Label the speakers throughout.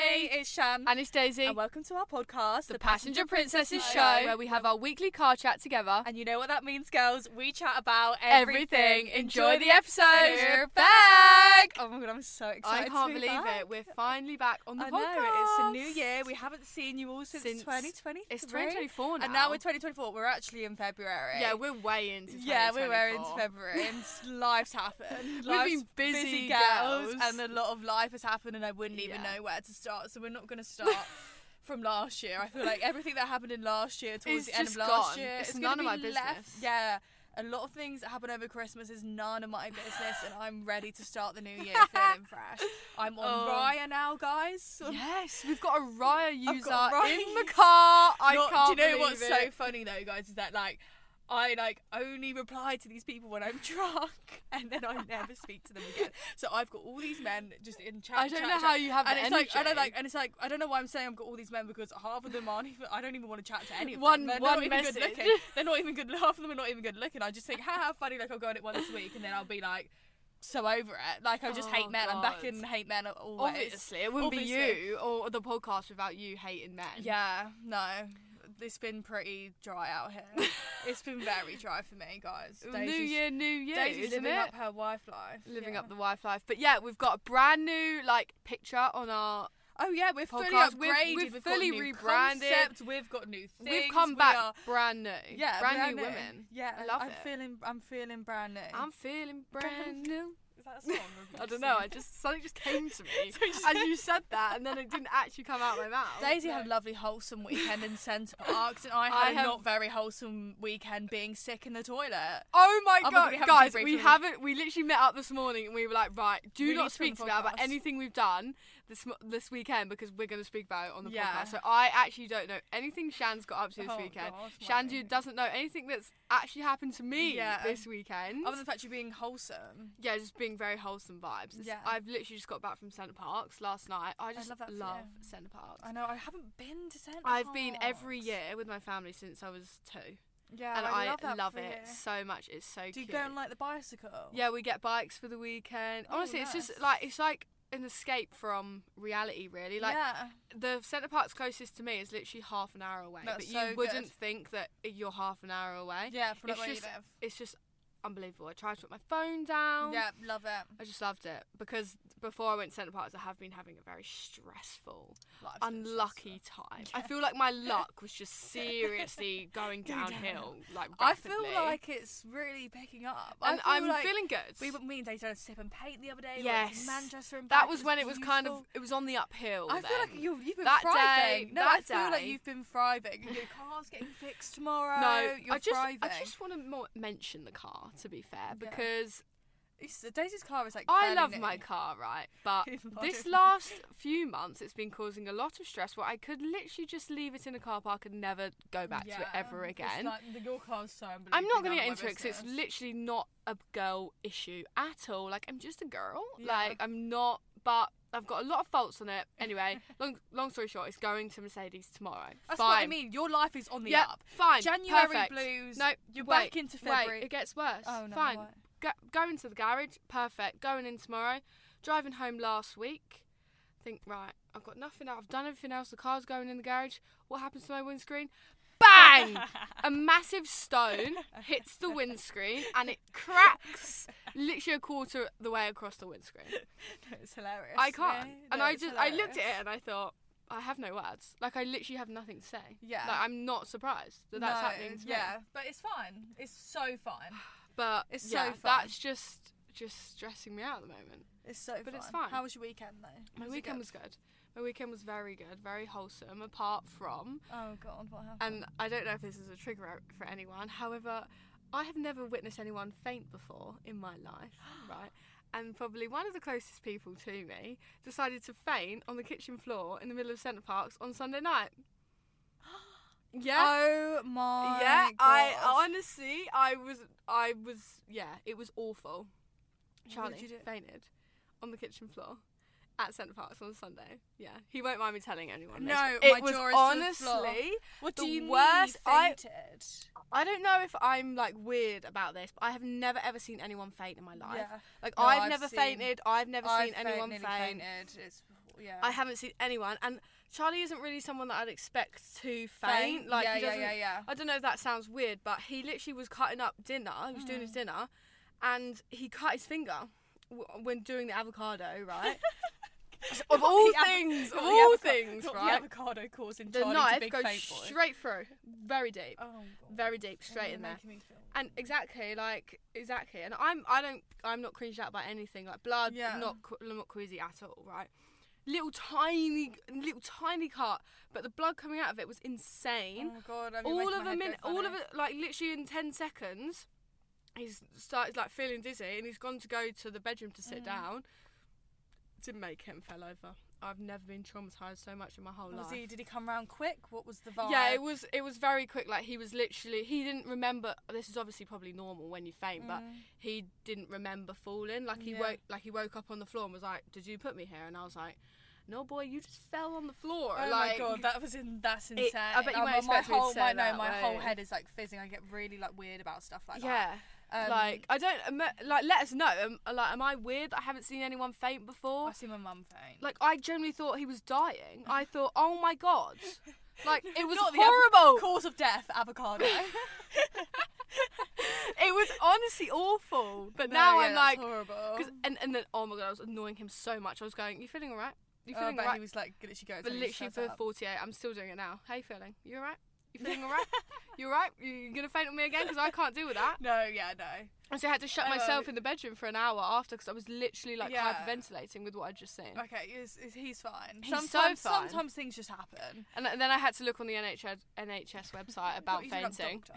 Speaker 1: it's Sham.
Speaker 2: And it's Daisy,
Speaker 1: And welcome to our podcast,
Speaker 2: the Passenger Princesses show, where we have our weekly car chat together.
Speaker 1: And you know what that means, girls. We chat about
Speaker 2: Everything.
Speaker 1: everything.
Speaker 2: Enjoy the episode.
Speaker 1: We're
Speaker 2: back.
Speaker 1: Oh my god, I'm so
Speaker 2: I
Speaker 1: excited.
Speaker 2: can't
Speaker 1: to be
Speaker 2: believe
Speaker 1: back.
Speaker 2: it. We're finally back on the
Speaker 1: I
Speaker 2: podcast.
Speaker 1: know it's a new year. We haven't seen you all since,
Speaker 2: Since-
Speaker 1: 2020.
Speaker 2: It's 2024 now.
Speaker 1: And now we're 2024. We're actually in February.
Speaker 2: yeah, we're way into
Speaker 1: yeah, we're wearing
Speaker 2: 2024.
Speaker 1: February and s- life's happened.
Speaker 2: We've
Speaker 1: Life's
Speaker 2: been busy girls.
Speaker 1: and a lot of life has happened, and I wouldn't even
Speaker 2: Yeah.
Speaker 1: know where to start. So we're not going to start from last year. I feel like everything that happened in last year, towards
Speaker 2: It's
Speaker 1: the end of
Speaker 2: just
Speaker 1: last
Speaker 2: gone.
Speaker 1: year,
Speaker 2: It's
Speaker 1: gonna
Speaker 2: none of my
Speaker 1: be left-
Speaker 2: business.
Speaker 1: Yeah, a lot of things that happened over Christmas is none of my business, and I'm ready to start the new year feeling fresh. I'm on
Speaker 2: Oh.
Speaker 1: Raya now, guys.
Speaker 2: Yes, we've got a Raya
Speaker 1: I've
Speaker 2: user
Speaker 1: got a Raya
Speaker 2: in the
Speaker 1: user.
Speaker 2: car. I
Speaker 1: Not-
Speaker 2: can't
Speaker 1: Do you know
Speaker 2: believe
Speaker 1: what's
Speaker 2: it.
Speaker 1: so funny though, guys, is that like I like only reply to these people when I'm drunk, and then I never speak to them again. So I've got all these men just in chat.
Speaker 2: I don't
Speaker 1: chat,
Speaker 2: know
Speaker 1: chat.
Speaker 2: how you have
Speaker 1: And
Speaker 2: the
Speaker 1: it's
Speaker 2: energy.
Speaker 1: like and I like and it's like I don't know why I'm saying I've got all these men because half of them aren't even I don't even want to chat to any of them.
Speaker 2: One-
Speaker 1: They're
Speaker 2: one
Speaker 1: not even good
Speaker 2: message.
Speaker 1: looking. They're not even good half of them are not even good looking. I just think, ha ha funny, like I'll go on it once a week and then I'll be like so over it. Like I just hate
Speaker 2: Oh,
Speaker 1: men. I'm back
Speaker 2: God.
Speaker 1: in hate men always.
Speaker 2: obviously, it wouldn't be
Speaker 1: obviously.
Speaker 2: you or the podcast without you hating men.
Speaker 1: Yeah, no. It's been pretty dry out here. it's been very dry for me, guys.
Speaker 2: new year, new year,
Speaker 1: Daisy's
Speaker 2: isn't
Speaker 1: living
Speaker 2: it?
Speaker 1: up her wife life.
Speaker 2: living
Speaker 1: yeah.
Speaker 2: up the wife life. But yeah, we've got a brand new like picture on our.
Speaker 1: Oh yeah, we're fully
Speaker 2: podcast.
Speaker 1: upgraded.
Speaker 2: We've-
Speaker 1: We've,
Speaker 2: we've
Speaker 1: got a
Speaker 2: fully
Speaker 1: new
Speaker 2: rebranded.
Speaker 1: Concept. We've got new things.
Speaker 2: we've come
Speaker 1: we
Speaker 2: back
Speaker 1: are-
Speaker 2: brand new.
Speaker 1: yeah,
Speaker 2: brand new
Speaker 1: brand
Speaker 2: women.
Speaker 1: Yeah,
Speaker 2: I love
Speaker 1: am
Speaker 2: it.
Speaker 1: feeling. I'm feeling brand new.
Speaker 2: I'm feeling brand
Speaker 1: Brand
Speaker 2: new.
Speaker 1: Is that a song?
Speaker 2: I don't know. I just something just came to me
Speaker 1: So you
Speaker 2: as you said that, and then it didn't actually come out of my mouth.
Speaker 1: Daisy had a lovely wholesome weekend in Centre Parks, and I
Speaker 2: I
Speaker 1: had a
Speaker 2: have-
Speaker 1: not very wholesome weekend being sick in the toilet.
Speaker 2: Oh my
Speaker 1: Oh my
Speaker 2: god,
Speaker 1: God, we haven't
Speaker 2: guys,
Speaker 1: debriefed
Speaker 2: we
Speaker 1: really.
Speaker 2: haven't. We literally met up this morning and we were like, right, do
Speaker 1: We need
Speaker 2: not
Speaker 1: to film
Speaker 2: speak
Speaker 1: a
Speaker 2: to me about
Speaker 1: podcast.
Speaker 2: anything we've done this mo- this weekend because we're going to speak about it on the
Speaker 1: Yeah.
Speaker 2: podcast. So I actually don't know anything Shan's got up to this
Speaker 1: Oh,
Speaker 2: weekend.
Speaker 1: God,
Speaker 2: Shan
Speaker 1: Mike.
Speaker 2: Shandu doesn't know anything that's actually happened to me
Speaker 1: Yeah. um,
Speaker 2: this weekend.
Speaker 1: Other than the fact you're being wholesome.
Speaker 2: yeah, just being very wholesome vibes. It's-
Speaker 1: Yeah.
Speaker 2: I've literally just got back from Centre Parks last night. I just
Speaker 1: love that for you.
Speaker 2: Centre Parks.
Speaker 1: I know. I haven't been to Centre.
Speaker 2: I've been every
Speaker 1: Parcs.
Speaker 2: year with my family since I was two,
Speaker 1: Yeah,
Speaker 2: and
Speaker 1: Oh, I,
Speaker 2: I,
Speaker 1: love, that for
Speaker 2: it
Speaker 1: you.
Speaker 2: so much. It's so
Speaker 1: Do you
Speaker 2: cute.
Speaker 1: go on like the bicycle?
Speaker 2: Yeah, we get bikes for the weekend.
Speaker 1: Oh,
Speaker 2: Honestly, it's
Speaker 1: nice.
Speaker 2: just like it's like an escape from reality, really. Like
Speaker 1: yeah.
Speaker 2: the centre park's closest to me is literally half an hour away,
Speaker 1: That's
Speaker 2: but
Speaker 1: so
Speaker 2: you
Speaker 1: good.
Speaker 2: wouldn't think that you're half an hour away.
Speaker 1: Yeah, from like
Speaker 2: it's
Speaker 1: where
Speaker 2: just-
Speaker 1: you live.
Speaker 2: It's just unbelievable. I tried to put my phone down.
Speaker 1: Yeah, love it.
Speaker 2: I just loved it because before I went to Centre Parks, I have been having a very stressful,
Speaker 1: Life's been
Speaker 2: unlucky time. I
Speaker 1: Yeah.
Speaker 2: feel like my luck was just seriously going
Speaker 1: Going downhill.
Speaker 2: downhill, like
Speaker 1: stressful. I
Speaker 2: rapidly.
Speaker 1: feel like it's really picking up.
Speaker 2: and
Speaker 1: I feel
Speaker 2: I'm
Speaker 1: like
Speaker 2: feeling good.
Speaker 1: We were me and Daisy had a sip and paint the other day. we went to
Speaker 2: Yes.
Speaker 1: Manchester and
Speaker 2: that
Speaker 1: back.
Speaker 2: was when it was kind of
Speaker 1: beautiful.
Speaker 2: it was on the uphill.
Speaker 1: I feel like
Speaker 2: then.
Speaker 1: you, you've been
Speaker 2: That
Speaker 1: thriving.
Speaker 2: day-
Speaker 1: no, I
Speaker 2: that
Speaker 1: feel like
Speaker 2: day-
Speaker 1: you've been thriving. Your car's getting fixed tomorrow.
Speaker 2: no.
Speaker 1: uh, you're
Speaker 2: I just
Speaker 1: thriving.
Speaker 2: I just want to mo- mention the car to be fair because
Speaker 1: It's- Daisy's car is like.
Speaker 2: I
Speaker 1: fairly
Speaker 2: love
Speaker 1: new.
Speaker 2: my car, right? But
Speaker 1: In
Speaker 2: this
Speaker 1: modern-
Speaker 2: last few months, it's been causing a lot of stress. Where I could literally just leave it in a car park and never go back to it ever
Speaker 1: it's
Speaker 2: again.
Speaker 1: like the- your car's so
Speaker 2: I'm not
Speaker 1: unbelievably
Speaker 2: going to get
Speaker 1: none of
Speaker 2: into
Speaker 1: my
Speaker 2: it because it's
Speaker 1: business.
Speaker 2: literally not a girl issue at all. Like, I'm just a girl.
Speaker 1: Yeah.
Speaker 2: Like, I'm not, but I've got a lot of faults on it. Anyway, long, long story short, it's going to Mercedes tomorrow.
Speaker 1: That's
Speaker 2: Fine.
Speaker 1: what I mean. Your life is on the
Speaker 2: Yeah,
Speaker 1: up.
Speaker 2: fine.
Speaker 1: January
Speaker 2: perfect.
Speaker 1: blues.
Speaker 2: No,
Speaker 1: you're
Speaker 2: wait,
Speaker 1: back into
Speaker 2: wait,
Speaker 1: February.
Speaker 2: it gets worse.
Speaker 1: oh no.
Speaker 2: fine.
Speaker 1: what?
Speaker 2: Go, going to the garage. Perfect. Going in tomorrow. Driving home last week. Think, right, I've got nothing out. I've done everything else. The car's going in the garage. What happens to my windscreen? Bang! a massive stone hits the windscreen and it cracks literally a quarter the way across the windscreen.
Speaker 1: No, it's hilarious.
Speaker 2: I can't.
Speaker 1: No,
Speaker 2: And
Speaker 1: no,
Speaker 2: I
Speaker 1: it's
Speaker 2: just I looked at it
Speaker 1: hilarious.
Speaker 2: and I thought I have no words. Like I literally have nothing to say.
Speaker 1: Yeah.
Speaker 2: Like I'm not surprised that that's
Speaker 1: No,
Speaker 2: happening to me.
Speaker 1: Yeah, but it's fine. It's so fine.
Speaker 2: But
Speaker 1: It's so
Speaker 2: yeah,
Speaker 1: fun.
Speaker 2: that's just just stressing me out at the moment.
Speaker 1: It's so fun.
Speaker 2: But it's fine.
Speaker 1: How was your weekend though?
Speaker 2: My
Speaker 1: Was it
Speaker 2: weekend
Speaker 1: good?
Speaker 2: was good. My weekend was very good, very wholesome apart from
Speaker 1: Oh god, what happened?
Speaker 2: and I don't know if this is a trigger out for anyone. However, I have never witnessed anyone faint before in my life, right? And probably one of the closest people to me decided to faint on the kitchen floor in the middle of Centre Parks on Sunday night. Yeah.
Speaker 1: Oh my.
Speaker 2: yeah,
Speaker 1: God.
Speaker 2: I honestly I was I was yeah, it was awful.
Speaker 1: did
Speaker 2: Charlie
Speaker 1: you do?
Speaker 2: fainted on the kitchen floor at Centre Parks on Sunday. Yeah. He won't mind me telling anyone. this,
Speaker 1: No,
Speaker 2: but
Speaker 1: my
Speaker 2: it was
Speaker 1: jaw is to the
Speaker 2: honestly
Speaker 1: floor. What do
Speaker 2: the
Speaker 1: you
Speaker 2: worst-
Speaker 1: mean?
Speaker 2: I-
Speaker 1: You fainted.
Speaker 2: I don't know if I'm like weird about this, but I have never ever seen anyone faint in my life.
Speaker 1: Yeah.
Speaker 2: Like
Speaker 1: No,
Speaker 2: I've,
Speaker 1: I've
Speaker 2: never
Speaker 1: seen-
Speaker 2: fainted. I've never
Speaker 1: I've
Speaker 2: seen anyone
Speaker 1: faint-
Speaker 2: faint.
Speaker 1: nearly fainted. It's yeah.
Speaker 2: I haven't seen anyone, and Charlie isn't really someone that I'd expect to faint.
Speaker 1: Faint.
Speaker 2: Like
Speaker 1: yeah,
Speaker 2: he
Speaker 1: yeah,
Speaker 2: doesn't.
Speaker 1: yeah, yeah.
Speaker 2: I don't know if that sounds weird, but he literally was cutting up dinner. He was doing
Speaker 1: Mm.
Speaker 2: his dinner, and he cut his finger w- when doing the avocado. Right.
Speaker 1: Not
Speaker 2: of all
Speaker 1: the avo- not
Speaker 2: things, of
Speaker 1: the
Speaker 2: all
Speaker 1: avoca-
Speaker 2: things,
Speaker 1: not
Speaker 2: right?
Speaker 1: The avocado causing
Speaker 2: The
Speaker 1: Charlie to
Speaker 2: knife
Speaker 1: big
Speaker 2: goes
Speaker 1: fate boy.
Speaker 2: straight through, very deep,
Speaker 1: Oh, God.
Speaker 2: very deep,
Speaker 1: Oh,
Speaker 2: straight
Speaker 1: you're
Speaker 2: in there.
Speaker 1: making me feel-
Speaker 2: And exactly, like exactly, and I'm I don't I'm not cringed out by anything like blood,
Speaker 1: Yeah.
Speaker 2: not qu- I'm not queasy at all, right? Little tiny, little tiny cut, but the blood coming out of it was insane.
Speaker 1: Oh God, I'm
Speaker 2: all of a minute, all of it, like literally in ten seconds, he's started like feeling dizzy, and he's gone to go to the bedroom to sit
Speaker 1: Mm.
Speaker 2: down. Didn't make him fell over. I've never been traumatized so much in my whole
Speaker 1: Was
Speaker 2: life.
Speaker 1: he? Did he come round quick? What was the vibe?
Speaker 2: Yeah, it was it was very quick. Like he was literally he didn't remember. This is obviously probably normal when you faint, but
Speaker 1: Mm.
Speaker 2: he didn't remember falling. Like he
Speaker 1: Yeah.
Speaker 2: woke like he woke up on the floor and was like, "Did you put me here?" And I was like, "No, boy, you just fell on the floor."
Speaker 1: Oh my
Speaker 2: like,
Speaker 1: god, that was in. That's insane.
Speaker 2: I bet you
Speaker 1: Oh, my-
Speaker 2: weren't
Speaker 1: my
Speaker 2: expecting me to
Speaker 1: whole,
Speaker 2: say
Speaker 1: my,
Speaker 2: it
Speaker 1: no,
Speaker 2: that
Speaker 1: my whole
Speaker 2: way.
Speaker 1: head is like fizzing. I get really like weird about stuff like that.
Speaker 2: yeah.
Speaker 1: Um,
Speaker 2: like I don't um, like let us know. Um, like, am I weird? that I haven't seen anyone faint before.
Speaker 1: I've seen my mum faint.
Speaker 2: Like I generally thought he was dying. I thought, "Oh my god!" Like it was
Speaker 1: Not the avo-
Speaker 2: horrible.
Speaker 1: cause of death, avocado.
Speaker 2: it was honestly awful. But
Speaker 1: No,
Speaker 2: now
Speaker 1: yeah,
Speaker 2: I'm
Speaker 1: that's
Speaker 2: like,
Speaker 1: horrible.
Speaker 2: Cause, and and then oh my god, I was annoying him so much. I was going, "You feeling alright? You
Speaker 1: Oh,
Speaker 2: feeling
Speaker 1: but
Speaker 2: alright?"
Speaker 1: he was like literally going.
Speaker 2: but
Speaker 1: to
Speaker 2: literally
Speaker 1: shut
Speaker 2: for
Speaker 1: up.
Speaker 2: 48, I'm still doing it now. How you feeling? You alright? You feeling alright? you alright? You, you gonna faint on me again? Because I can't deal with that.
Speaker 1: No, yeah, no.
Speaker 2: And so I had to shut
Speaker 1: No,
Speaker 2: myself
Speaker 1: I-
Speaker 2: in the bedroom for an hour after because I was literally like
Speaker 1: Oh. Yeah.
Speaker 2: hyperventilating with what I'd just seen.
Speaker 1: Okay, he's, he's- he's fine.
Speaker 2: He's so
Speaker 1: sometimes,
Speaker 2: fine.
Speaker 1: sometimes things just happen.
Speaker 2: And, th- then I had to look on the NHS NHS website about
Speaker 1: What, he's a doctor.
Speaker 2: fainting,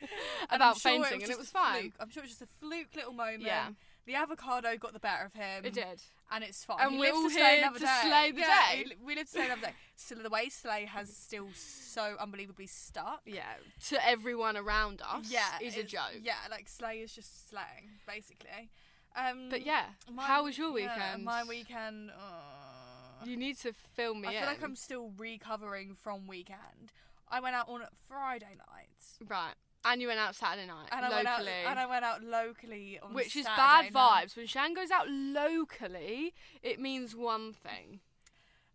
Speaker 1: And I'm
Speaker 2: about
Speaker 1: sure
Speaker 2: fainting, and it
Speaker 1: just
Speaker 2: was
Speaker 1: a
Speaker 2: fine.
Speaker 1: fluke. I'm sure it was just a fluke little moment.
Speaker 2: Yeah.
Speaker 1: The avocado got the better of him.
Speaker 2: It did.
Speaker 1: And it's fine.
Speaker 2: And
Speaker 1: He
Speaker 2: we're
Speaker 1: lives
Speaker 2: all
Speaker 1: to slay
Speaker 2: here
Speaker 1: another
Speaker 2: to
Speaker 1: day.
Speaker 2: slay the
Speaker 1: yeah,
Speaker 2: day.
Speaker 1: we li- We live to slay another day. Still, the way slay has still so unbelievably stuck.
Speaker 2: Yeah. To everyone around us,
Speaker 1: yeah,
Speaker 2: is a
Speaker 1: it's-
Speaker 2: joke.
Speaker 1: Yeah, like slay is just slang, basically. Um,
Speaker 2: But yeah,
Speaker 1: my-
Speaker 2: how was your
Speaker 1: yeah,
Speaker 2: weekend?
Speaker 1: my weekend. uh,
Speaker 2: You need to film me
Speaker 1: I feel like
Speaker 2: in.
Speaker 1: I'm still recovering from weekend. I went out on Friday night,
Speaker 2: Right. And you went out Saturday night
Speaker 1: and I
Speaker 2: locally.
Speaker 1: went out and I went out locally on
Speaker 2: which is
Speaker 1: Saturday
Speaker 2: bad
Speaker 1: night.
Speaker 2: vibes. When Shan goes out locally, it means one thing.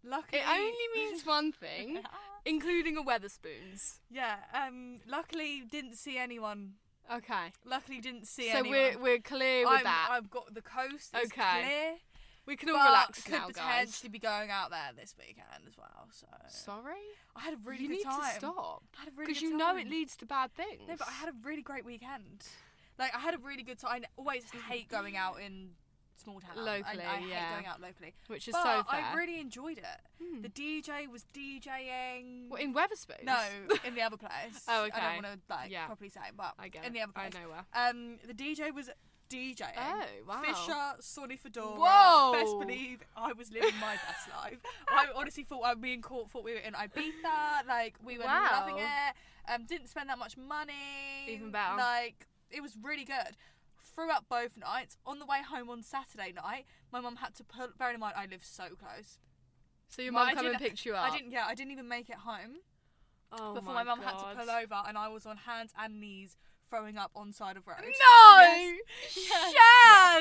Speaker 1: Luckily,
Speaker 2: It only means one thing, including a Weatherspoons.
Speaker 1: yeah. Um, luckily didn't see anyone.
Speaker 2: Okay.
Speaker 1: Luckily didn't see
Speaker 2: so
Speaker 1: anyone.
Speaker 2: we're we're clear with
Speaker 1: I'm,
Speaker 2: that.
Speaker 1: I've got the coast. It's
Speaker 2: Okay.
Speaker 1: clear.
Speaker 2: we can all
Speaker 1: but
Speaker 2: relax
Speaker 1: could
Speaker 2: now, guys.
Speaker 1: potentially be going out there this weekend as well. So
Speaker 2: Sorry.
Speaker 1: I had a really
Speaker 2: you
Speaker 1: good
Speaker 2: need
Speaker 1: time.
Speaker 2: to stop
Speaker 1: I had a really
Speaker 2: because
Speaker 1: good
Speaker 2: you know
Speaker 1: time.
Speaker 2: it leads to bad things.
Speaker 1: No, but I had a really great weekend. Like I had a really good time. I always hate going out in small town. and
Speaker 2: Locally,
Speaker 1: I
Speaker 2: yeah.
Speaker 1: hate going out locally.
Speaker 2: which is
Speaker 1: But
Speaker 2: so fair.
Speaker 1: I really enjoyed it.
Speaker 2: Hmm.
Speaker 1: The DJ was DJing.
Speaker 2: what in Weatherspoons?
Speaker 1: no, in the other place.
Speaker 2: Oh,
Speaker 1: I
Speaker 2: okay.
Speaker 1: don't want to like
Speaker 2: Yeah.
Speaker 1: properly say, it, but
Speaker 2: I get
Speaker 1: in
Speaker 2: it.
Speaker 1: the other
Speaker 2: I
Speaker 1: place.
Speaker 2: know where.
Speaker 1: Um, the DJ was DJing.
Speaker 2: Oh wow.
Speaker 1: Fisher, Sonny Fedora.
Speaker 2: Whoa.
Speaker 1: Best believe I was living my best life. I honestly thought I, me and Court thought we were in Ibiza. Like we were
Speaker 2: Wow.
Speaker 1: loving it. Um, didn't spend that much money.
Speaker 2: Even better.
Speaker 1: Like it was really good. Threw up both nights. On the way home on Saturday night, my mum had to pull. Bearing in mind, I live so close.
Speaker 2: So your
Speaker 1: My- I
Speaker 2: mum come and
Speaker 1: didn't-
Speaker 2: picked you up.
Speaker 1: I didn't. Yeah, I didn't even make it home
Speaker 2: Oh
Speaker 1: before my mum had to
Speaker 2: God.
Speaker 1: pull over, and I was on hands and knees throwing up on side of road.
Speaker 2: No,
Speaker 1: Yes.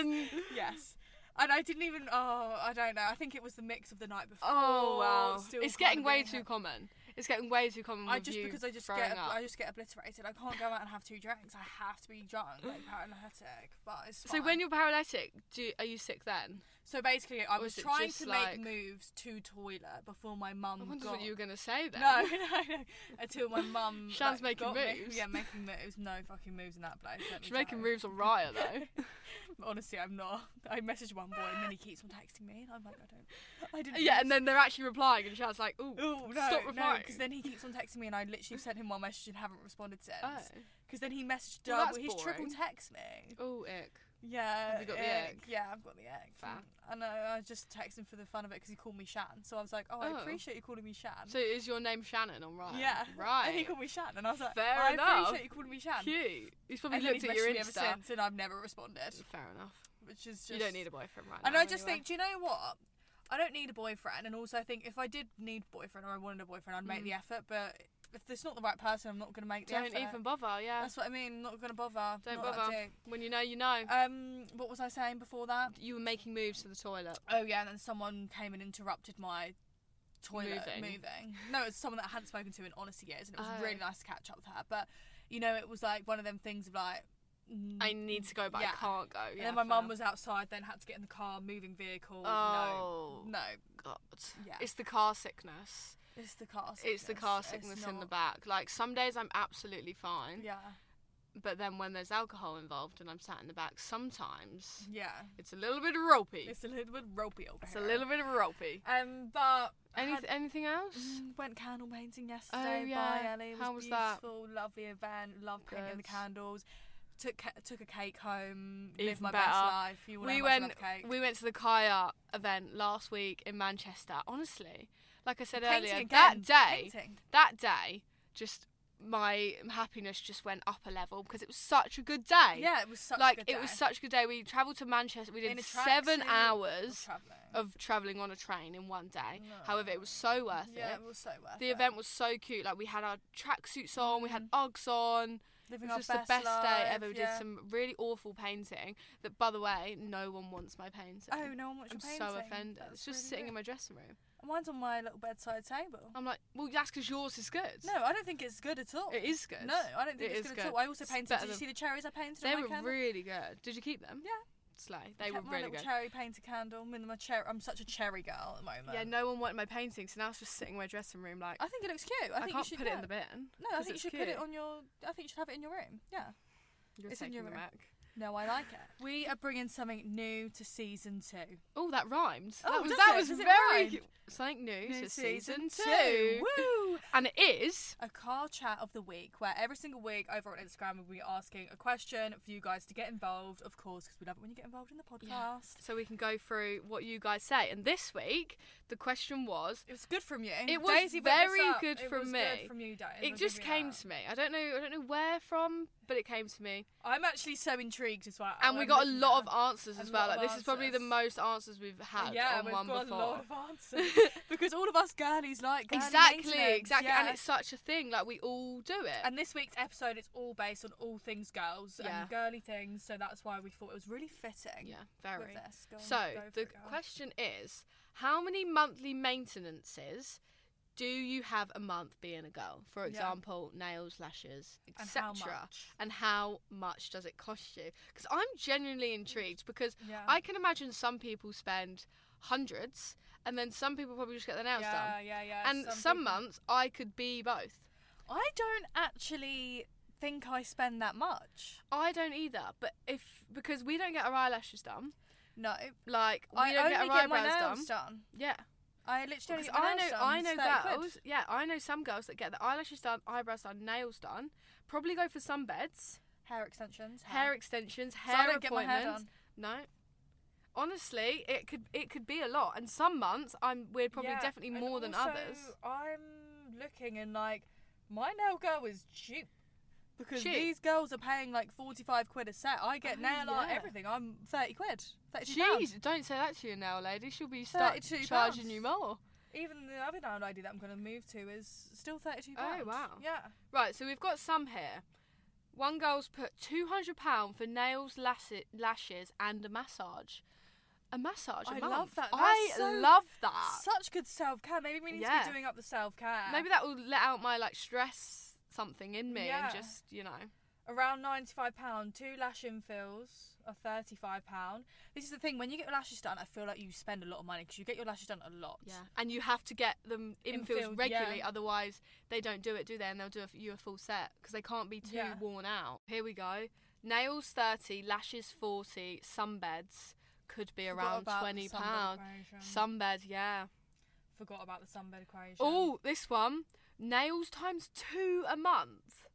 Speaker 2: Shan.
Speaker 1: Yes. And I didn't even. Oh, I don't know. I think it was the mix of the night before.
Speaker 2: Oh wow,
Speaker 1: still
Speaker 2: it's
Speaker 1: kind
Speaker 2: getting
Speaker 1: of
Speaker 2: way
Speaker 1: being
Speaker 2: too
Speaker 1: hit.
Speaker 2: common. It's getting way too common.
Speaker 1: I
Speaker 2: with
Speaker 1: just
Speaker 2: you
Speaker 1: because I just
Speaker 2: throwing
Speaker 1: get
Speaker 2: up.
Speaker 1: I just get obliterated. I can't go out and have two drinks. I have to be drunk, like paralytic. But it's
Speaker 2: so
Speaker 1: fine.
Speaker 2: when you're paralytic, do you, are you sick then?
Speaker 1: so basically, I
Speaker 2: Or
Speaker 1: was
Speaker 2: is it
Speaker 1: trying
Speaker 2: just
Speaker 1: to
Speaker 2: like-
Speaker 1: make moves to toilet before Oh my mum.
Speaker 2: I wondered
Speaker 1: got...
Speaker 2: what you were gonna say then.
Speaker 1: No, no, no. Until my mum.
Speaker 2: Shan's
Speaker 1: like,
Speaker 2: making
Speaker 1: got me-
Speaker 2: moves.
Speaker 1: yeah, making moves. No fucking moves in that place. let me
Speaker 2: she's
Speaker 1: tell
Speaker 2: making
Speaker 1: you.
Speaker 2: moves on Raya though.
Speaker 1: Honestly, I'm not. I messaged one boy and then he keeps on texting me, and I'm like, I don't. I didn't.
Speaker 2: yeah,
Speaker 1: do
Speaker 2: and then they're actually replying, and Shan's like, "Ooh,
Speaker 1: Oh no,
Speaker 2: stop
Speaker 1: no,
Speaker 2: replying."
Speaker 1: because then he keeps on texting me, and I literally sent him one message and haven't responded since.
Speaker 2: oh,
Speaker 1: Because then he messaged
Speaker 2: Well,
Speaker 1: double.
Speaker 2: that's
Speaker 1: he's triple
Speaker 2: boring.
Speaker 1: text me.
Speaker 2: oh, ick.
Speaker 1: Yeah.
Speaker 2: Have you got the
Speaker 1: ick.
Speaker 2: ick?
Speaker 1: Yeah, I've got the egg.
Speaker 2: Fair.
Speaker 1: And I, I just texted him for the fun of it because he called me Shan. So I was like, oh,
Speaker 2: Oh.
Speaker 1: I appreciate you calling me Shan.
Speaker 2: So is your name Shannon on Raya?
Speaker 1: yeah.
Speaker 2: right.
Speaker 1: And he called me Shan, and I was like,
Speaker 2: Fair
Speaker 1: I
Speaker 2: enough.
Speaker 1: appreciate you calling me Shan.
Speaker 2: Cute. He's probably
Speaker 1: And then
Speaker 2: looked
Speaker 1: he's
Speaker 2: at your
Speaker 1: messaged me ever
Speaker 2: Insta.
Speaker 1: since, and I've never responded,
Speaker 2: Fair enough.
Speaker 1: which is just
Speaker 2: you don't need a boyfriend right
Speaker 1: And
Speaker 2: now.
Speaker 1: I just
Speaker 2: Oh, anyway.
Speaker 1: think, do you know what? I don't need a boyfriend, and also I think if I did need a boyfriend or I wanted a boyfriend, I'd make
Speaker 2: Mm.
Speaker 1: the effort. But if there's not the right person, I'm not going to make the
Speaker 2: Don't
Speaker 1: effort.
Speaker 2: even bother, yeah.
Speaker 1: That's what I mean. I'm not going to bother.
Speaker 2: Don't
Speaker 1: Not what I
Speaker 2: bother.
Speaker 1: do.
Speaker 2: When you know, you know.
Speaker 1: Um, what was I saying before that?
Speaker 2: you were making moves to the toilet.
Speaker 1: Oh yeah, and then someone came and interrupted my toilet
Speaker 2: Moving.
Speaker 1: moving. No, it's someone that I hadn't spoken to in honesty years, and it was
Speaker 2: Oh.
Speaker 1: really nice to catch up with her. But you know, it was like one of them things of like. mm,
Speaker 2: I need to go, but
Speaker 1: Yeah.
Speaker 2: I can't go.
Speaker 1: and
Speaker 2: Yeah,
Speaker 1: then my mum
Speaker 2: fair.
Speaker 1: was outside, then had to get in the car, moving vehicle.
Speaker 2: Oh
Speaker 1: No, no,
Speaker 2: God!
Speaker 1: Yeah.
Speaker 2: It's the car sickness.
Speaker 1: it's the car. Sickness.
Speaker 2: It's the car
Speaker 1: It's
Speaker 2: sickness in the
Speaker 1: not-
Speaker 2: back. Like some days I'm absolutely fine,
Speaker 1: Yeah,
Speaker 2: but then when there's alcohol involved and I'm sat in the back, sometimes
Speaker 1: yeah.
Speaker 2: it's a little bit ropey. It's,
Speaker 1: It's a little bit ropey over
Speaker 2: a
Speaker 1: here.
Speaker 2: little bit ropey.
Speaker 1: Um, but
Speaker 2: Any,
Speaker 1: had-
Speaker 2: anything else? Oh,
Speaker 1: Mm, went candle painting yesterday
Speaker 2: yeah.
Speaker 1: by Ellie. It was
Speaker 2: How was that?
Speaker 1: beautiful, lovely event. Loved painting the
Speaker 2: Good.
Speaker 1: candles. Took ca- took a cake home.
Speaker 2: Even
Speaker 1: lived my best
Speaker 2: better.
Speaker 1: life. You all
Speaker 2: We
Speaker 1: know how much I
Speaker 2: went-
Speaker 1: love cake.
Speaker 2: We went to the Kaya event last week in Manchester. Honestly, like I said
Speaker 1: Painting
Speaker 2: earlier,
Speaker 1: again.
Speaker 2: that day,
Speaker 1: Painting.
Speaker 2: that day, just my happiness just went up a level because it was such a good day.
Speaker 1: Yeah, it was such
Speaker 2: like
Speaker 1: a good
Speaker 2: it was
Speaker 1: day.
Speaker 2: such a good day. We travelled to Manchester. We
Speaker 1: In
Speaker 2: did
Speaker 1: a
Speaker 2: seven
Speaker 1: tracksuit.
Speaker 2: hours
Speaker 1: Travelling.
Speaker 2: of travelling on a train in one day. However, it was so worth
Speaker 1: yeah,
Speaker 2: it.
Speaker 1: it was so worth it.
Speaker 2: The
Speaker 1: Mm.
Speaker 2: event was so cute. Like we had our tracksuits on, we had Uggs on. It
Speaker 1: Living
Speaker 2: was just
Speaker 1: our
Speaker 2: the best
Speaker 1: life,
Speaker 2: day ever. We
Speaker 1: yeah.
Speaker 2: did some really awful painting. That, by the way, no one wants my painting.
Speaker 1: Oh no one wants
Speaker 2: I'm
Speaker 1: your painting.
Speaker 2: so offended.
Speaker 1: That's
Speaker 2: it's just
Speaker 1: really
Speaker 2: sitting in
Speaker 1: weird.
Speaker 2: my dressing room.
Speaker 1: Mine's on my little bedside table.
Speaker 2: I'm like, well, that's because yours is good.
Speaker 1: No, I don't think it's good at all.
Speaker 2: it is good.
Speaker 1: No, I don't think
Speaker 2: It
Speaker 1: it's
Speaker 2: is
Speaker 1: good, at
Speaker 2: good.
Speaker 1: all. I also
Speaker 2: It's
Speaker 1: painted.
Speaker 2: better
Speaker 1: Did you
Speaker 2: than-
Speaker 1: see the cherries I painted
Speaker 2: They
Speaker 1: on my
Speaker 2: were
Speaker 1: candle?
Speaker 2: really good. Did you keep them?
Speaker 1: Yeah.
Speaker 2: Slay. They were
Speaker 1: kept my
Speaker 2: really
Speaker 1: little
Speaker 2: good.
Speaker 1: cherry painter candle. I'm, in my cher- I'm such a cherry girl at the moment.
Speaker 2: Yeah, no one wanted my painting, so now it's just sitting in my dressing room like I,
Speaker 1: I think it looks cute. I, think you
Speaker 2: can't
Speaker 1: should
Speaker 2: put it in the
Speaker 1: yeah.
Speaker 2: bin.
Speaker 1: No, I
Speaker 2: 'cause
Speaker 1: think you
Speaker 2: it's
Speaker 1: should put it
Speaker 2: cute.
Speaker 1: on your. I think you should have it in your room. Yeah.
Speaker 2: You're
Speaker 1: it's in
Speaker 2: taking
Speaker 1: your
Speaker 2: the
Speaker 1: room.
Speaker 2: Mac.
Speaker 1: No, I like it. We are bringing something new to season two.
Speaker 2: Oh, that rhymed.
Speaker 1: Oh,
Speaker 2: that was
Speaker 1: does
Speaker 2: that
Speaker 1: it?
Speaker 2: was
Speaker 1: Does it
Speaker 2: very
Speaker 1: rhyme?
Speaker 2: cu- something new,
Speaker 1: New
Speaker 2: to season, two,
Speaker 1: Woo!
Speaker 2: and it is.
Speaker 1: A car chat of the week, where every single week over on Instagram we'll be asking a question for you guys to get involved, of course, because we love it when you get involved in the podcast.
Speaker 2: Yeah. So we can go through what you guys say, and this week the question was.
Speaker 1: It was good from you.
Speaker 2: It was
Speaker 1: Daisy, back this
Speaker 2: very
Speaker 1: up.
Speaker 2: good
Speaker 1: It
Speaker 2: from
Speaker 1: was
Speaker 2: me.
Speaker 1: Good from you, Daisy.
Speaker 2: It just came to me. I don't know. I don't know where from, but it came to me,
Speaker 1: I'm actually so intrigued as well.
Speaker 2: and we
Speaker 1: Oh, I'm
Speaker 2: got a
Speaker 1: looking
Speaker 2: lot
Speaker 1: now.
Speaker 2: of answers
Speaker 1: A
Speaker 2: as well.
Speaker 1: lot
Speaker 2: Like
Speaker 1: of
Speaker 2: this is probably the
Speaker 1: answers.
Speaker 2: most answers we've had
Speaker 1: yeah,
Speaker 2: on
Speaker 1: we've
Speaker 2: one
Speaker 1: got
Speaker 2: before.
Speaker 1: a lot of answers because all of us girlies like girly
Speaker 2: exactly,
Speaker 1: maintenance,
Speaker 2: exactly, and
Speaker 1: yeah.
Speaker 2: it's such a thing. Like we all do it.
Speaker 1: And this week's episode is all based on all things girls
Speaker 2: Yeah.
Speaker 1: and girly things, so that's why we thought it was really fitting.
Speaker 2: yeah,
Speaker 1: with
Speaker 2: very.
Speaker 1: this. Go on,
Speaker 2: So
Speaker 1: go for
Speaker 2: the
Speaker 1: it, girl.
Speaker 2: question is, how many monthly maintenances do you have a month being a girl? For
Speaker 1: Yeah.
Speaker 2: example, nails, lashes,
Speaker 1: and how
Speaker 2: etc.
Speaker 1: much?
Speaker 2: And how much does it cost you? Because I'm genuinely intrigued because
Speaker 1: Yeah.
Speaker 2: I can imagine some people spend hundreds, and then some people probably just get their nails
Speaker 1: yeah,
Speaker 2: done.
Speaker 1: yeah, yeah.
Speaker 2: And some,
Speaker 1: people-
Speaker 2: months I could be both.
Speaker 1: I don't actually think I spend that much.
Speaker 2: I don't either, but if because we don't get our eyelashes done,
Speaker 1: No,
Speaker 2: like we
Speaker 1: I
Speaker 2: don't
Speaker 1: only
Speaker 2: get our
Speaker 1: get my
Speaker 2: eyebrows
Speaker 1: nails done.
Speaker 2: Yeah.
Speaker 1: I um, literally only
Speaker 2: Because
Speaker 1: get my
Speaker 2: I know,
Speaker 1: nails done.
Speaker 2: I know
Speaker 1: It's 30 quid.
Speaker 2: girls. Yeah, I know some girls that get their eyelashes done, eyebrows done, nails done. Probably go for sunbeds,
Speaker 1: hair extensions,
Speaker 2: hair extensions,
Speaker 1: So
Speaker 2: hair
Speaker 1: I don't get my
Speaker 2: appointments.
Speaker 1: hair done.
Speaker 2: No, honestly, it could it could be a lot. And some months, I'm we're probably
Speaker 1: Yeah,
Speaker 2: definitely
Speaker 1: and
Speaker 2: more than
Speaker 1: also,
Speaker 2: others.
Speaker 1: I'm looking and like my nail girl is cheap because
Speaker 2: Cheap.
Speaker 1: these girls are paying like 45 quid a set. I get
Speaker 2: Oh,
Speaker 1: nail art,
Speaker 2: yeah.
Speaker 1: everything. I'm 30 quid. 32 pounds.
Speaker 2: Jeez, don't say that to your nail lady. She'll be start
Speaker 1: 32
Speaker 2: charging
Speaker 1: pounds.
Speaker 2: you more.
Speaker 1: Even the other nail lady that I'm going to move to is still 32
Speaker 2: Oh,
Speaker 1: pounds.
Speaker 2: wow.
Speaker 1: Yeah.
Speaker 2: Right, so we've got some here. One girl's put two hundred pound for nails, lassi- lashes, and a massage. A massage. a
Speaker 1: I
Speaker 2: month.
Speaker 1: love that. That's
Speaker 2: I
Speaker 1: so-
Speaker 2: love that.
Speaker 1: Such good self care. Maybe we need
Speaker 2: Yeah.
Speaker 1: to be doing up the self care.
Speaker 2: Maybe that will let out my like stress something in me
Speaker 1: Yeah.
Speaker 2: and just you know.
Speaker 1: around 95 pound two lash infills are 35 pound this is the thing when you get your lashes done i feel like you spend a lot of money because you get your lashes done a lot
Speaker 2: And you have to get them infills
Speaker 1: Infilled,
Speaker 2: regularly,
Speaker 1: yeah.
Speaker 2: otherwise they don't do it, do they? And they'll do a, you a full set because they can't be too
Speaker 1: Yeah.
Speaker 2: worn out. Here we go. Nails thirty, lashes forty, sunbeds could be
Speaker 1: Forgot
Speaker 2: around
Speaker 1: about the
Speaker 2: twenty
Speaker 1: sunbed
Speaker 2: pound.
Speaker 1: equation.
Speaker 2: Sunbed, yeah.
Speaker 1: forgot about the sunbed equation
Speaker 2: Oh, this one. Nails times two a month.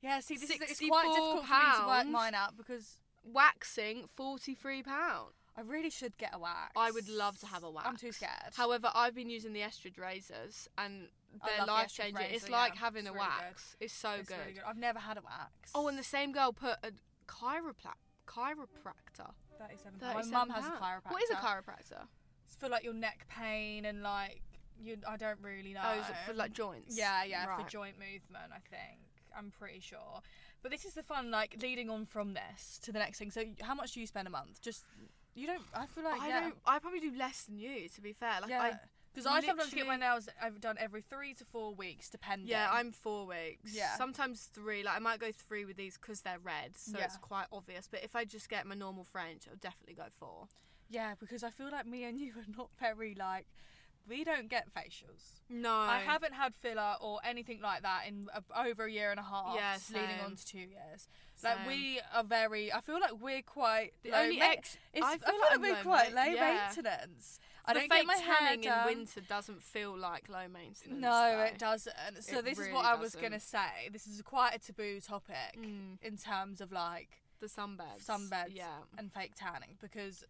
Speaker 1: yeah see this is it's quite difficult for me to work
Speaker 2: £64.
Speaker 1: mine out because
Speaker 2: Waxing forty three pounds.
Speaker 1: i really should get a wax
Speaker 2: I would love to have a wax.
Speaker 1: i'm too scared
Speaker 2: However, I've been using the Estrid razors and
Speaker 1: I
Speaker 2: they're
Speaker 1: love the
Speaker 2: life
Speaker 1: Estrid
Speaker 2: changing.
Speaker 1: razor,
Speaker 2: It's like
Speaker 1: yeah.
Speaker 2: having
Speaker 1: It's
Speaker 2: a
Speaker 1: really good.
Speaker 2: wax. It's so
Speaker 1: It's
Speaker 2: good.
Speaker 1: really i've never had a wax
Speaker 2: Oh, and the same girl put a chiropla- chiropractor.
Speaker 1: 37
Speaker 2: £37.
Speaker 1: my mum has a chiropractor
Speaker 2: What is a chiropractor?
Speaker 1: it's for like your neck pain and like you, I don't really know.
Speaker 2: Oh, is it for like joints?
Speaker 1: Yeah, yeah,
Speaker 2: Right.
Speaker 1: for joint movement, I think. I'm pretty sure. But this is the fun, like leading on from this to the next thing. So, how much do you spend a month? Just you don't. I feel like
Speaker 2: I
Speaker 1: yeah,
Speaker 2: don't. I probably do less than you. To be fair, like I.
Speaker 1: Because I sometimes get my
Speaker 2: literally-
Speaker 1: nails I've done every three to four weeks, depending.
Speaker 2: Yeah, I'm four weeks.
Speaker 1: Yeah.
Speaker 2: Sometimes three. Like I might go three with these because they're red, so it's
Speaker 1: Yeah.
Speaker 2: quite obvious. But if I just get my normal French, I'll definitely go four.
Speaker 1: Yeah, because I feel like me and you are not very like. We don't get facials.
Speaker 2: No.
Speaker 1: I haven't had filler or anything like that in a, over a year and a half,
Speaker 2: Yeah,
Speaker 1: leading on
Speaker 2: same.
Speaker 1: to two years.
Speaker 2: Same.
Speaker 1: Like we are very. I feel like we're quite.
Speaker 2: The
Speaker 1: low
Speaker 2: only
Speaker 1: ma-
Speaker 2: ex.
Speaker 1: it's,
Speaker 2: I
Speaker 1: I
Speaker 2: feel
Speaker 1: feel
Speaker 2: like
Speaker 1: like
Speaker 2: I'm
Speaker 1: we're
Speaker 2: low
Speaker 1: quite
Speaker 2: ma-
Speaker 1: low
Speaker 2: yeah.
Speaker 1: maintenance. I
Speaker 2: the
Speaker 1: don't
Speaker 2: fake
Speaker 1: get my hair
Speaker 2: tanning
Speaker 1: done.
Speaker 2: in winter doesn't feel like low maintenance.
Speaker 1: No,
Speaker 2: though.
Speaker 1: it doesn't. So
Speaker 2: It
Speaker 1: this
Speaker 2: really
Speaker 1: is what I was
Speaker 2: doesn't.
Speaker 1: gonna say. This is quite a taboo topic
Speaker 2: Mm.
Speaker 1: in terms of like
Speaker 2: The sunbeds.
Speaker 1: Sunbeds.
Speaker 2: Yeah.
Speaker 1: and fake tanning because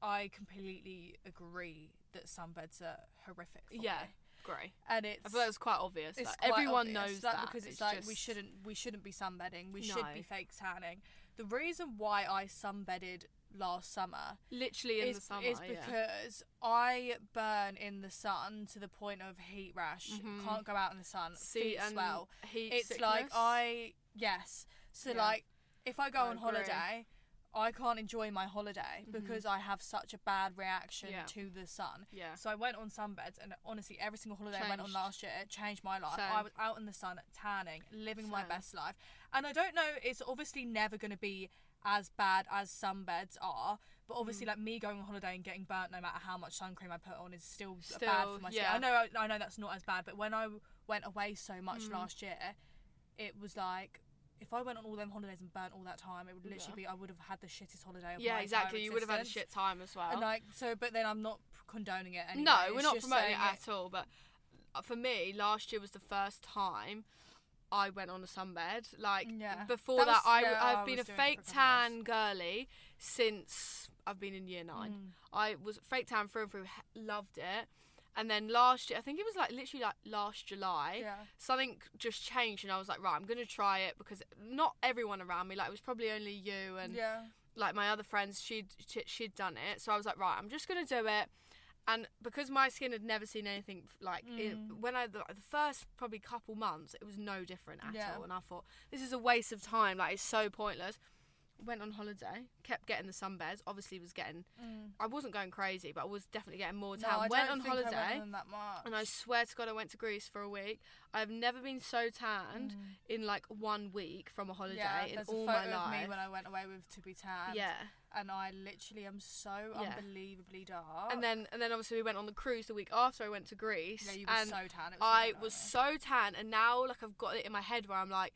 Speaker 1: I completely agree that sunbeds are horrific. For
Speaker 2: Yeah.
Speaker 1: me.
Speaker 2: Grey.
Speaker 1: and it's
Speaker 2: I thought it was quite obvious.
Speaker 1: it's
Speaker 2: like,
Speaker 1: quite
Speaker 2: everyone
Speaker 1: obvious,
Speaker 2: knows
Speaker 1: like,
Speaker 2: that
Speaker 1: because it's, like we
Speaker 2: just-
Speaker 1: shouldn't we shouldn't be sunbedding. We should be
Speaker 2: No.
Speaker 1: fake tanning. The reason why I sunbedded last summer
Speaker 2: literally in
Speaker 1: is,
Speaker 2: the summer.
Speaker 1: is
Speaker 2: yeah.
Speaker 1: because I burn in the sun to the point of heat rash.
Speaker 2: Mhm.
Speaker 1: Can't go out in the sun.
Speaker 2: See,
Speaker 1: feet
Speaker 2: and
Speaker 1: swell.
Speaker 2: heat
Speaker 1: It's like
Speaker 2: sickness.
Speaker 1: I yes. So
Speaker 2: Yeah.
Speaker 1: like if I go
Speaker 2: I
Speaker 1: on
Speaker 2: agree. Mm-hmm.
Speaker 1: holiday, I can't enjoy my holiday because I have such a bad reaction
Speaker 2: Yeah.
Speaker 1: to the sun.
Speaker 2: Yeah.
Speaker 1: So I went on sunbeds, and honestly, every single holiday I went on
Speaker 2: Changed.
Speaker 1: last year it changed my life. I
Speaker 2: Same.
Speaker 1: was out in the sun, tanning, living my
Speaker 2: Same.
Speaker 1: best life. And I don't know, it's obviously never going to be as bad as sunbeds are, but obviously,
Speaker 2: Mm.
Speaker 1: like me going on holiday and getting burnt, no matter how much sun cream I put on, is still, bad
Speaker 2: Still,
Speaker 1: for my
Speaker 2: yeah.
Speaker 1: skin. I know, I know that's not as bad, but when I went away so much
Speaker 2: Mm.
Speaker 1: last year, it was like. If I went on all them holidays and burnt all that time, it would literally be
Speaker 2: Yeah.
Speaker 1: I would have had the shittest holiday. Of
Speaker 2: Yeah,
Speaker 1: my
Speaker 2: exactly.
Speaker 1: entire
Speaker 2: You would have had a
Speaker 1: existence.
Speaker 2: shit time as well.
Speaker 1: And like so, but then I'm not condoning it. Anyway.
Speaker 2: no, we're
Speaker 1: It's
Speaker 2: not
Speaker 1: just
Speaker 2: promoting it
Speaker 1: saying
Speaker 2: at all. But uh, for me, last year was the first time I went on a sunbed. Like
Speaker 1: Yeah.
Speaker 2: before that,
Speaker 1: That was-
Speaker 2: I,
Speaker 1: yeah,
Speaker 2: I've
Speaker 1: I
Speaker 2: been a
Speaker 1: was doing it for a
Speaker 2: fake
Speaker 1: couple of
Speaker 2: tan girly since I've been in year nine.
Speaker 1: Mm.
Speaker 2: I was fake tan through and through. h- Loved it. And then last year, I think it was like literally like last July,
Speaker 1: Yeah.
Speaker 2: something just changed, and I was like, right, I'm gonna try it because not everyone around me, like it was probably only you and
Speaker 1: Yeah.
Speaker 2: like my other friends she'd she- she'd done it so i was like right i'm just gonna do it and because my skin had never seen anything f- like it,
Speaker 1: Mm.
Speaker 2: when i the, the first probably couple months it was no different at
Speaker 1: Yeah.
Speaker 2: all and i thought this is a waste of time like it's so pointless went on holiday kept getting the sunbeds obviously was getting i wasn't going crazy but i was definitely getting more
Speaker 1: Mm. No,
Speaker 2: tan
Speaker 1: I
Speaker 2: went
Speaker 1: don't
Speaker 2: on
Speaker 1: think I went
Speaker 2: holiday
Speaker 1: on that much.
Speaker 2: and I swear to God, I went to Greece for a week. I've never been so tanned in like one week from a holiday
Speaker 1: Mm. yeah,
Speaker 2: in
Speaker 1: there's
Speaker 2: all
Speaker 1: a photo
Speaker 2: my life.
Speaker 1: of me when I went away with to be tanned.
Speaker 2: yeah,
Speaker 1: And I literally am so
Speaker 2: Yeah.
Speaker 1: unbelievably dark.
Speaker 2: and then and then obviously we went on the cruise the week after I went to Greece.
Speaker 1: yeah, you were
Speaker 2: and
Speaker 1: so tan. It was
Speaker 2: I
Speaker 1: so
Speaker 2: was
Speaker 1: nice.
Speaker 2: so tan, and now like I've got it in my head where I'm like,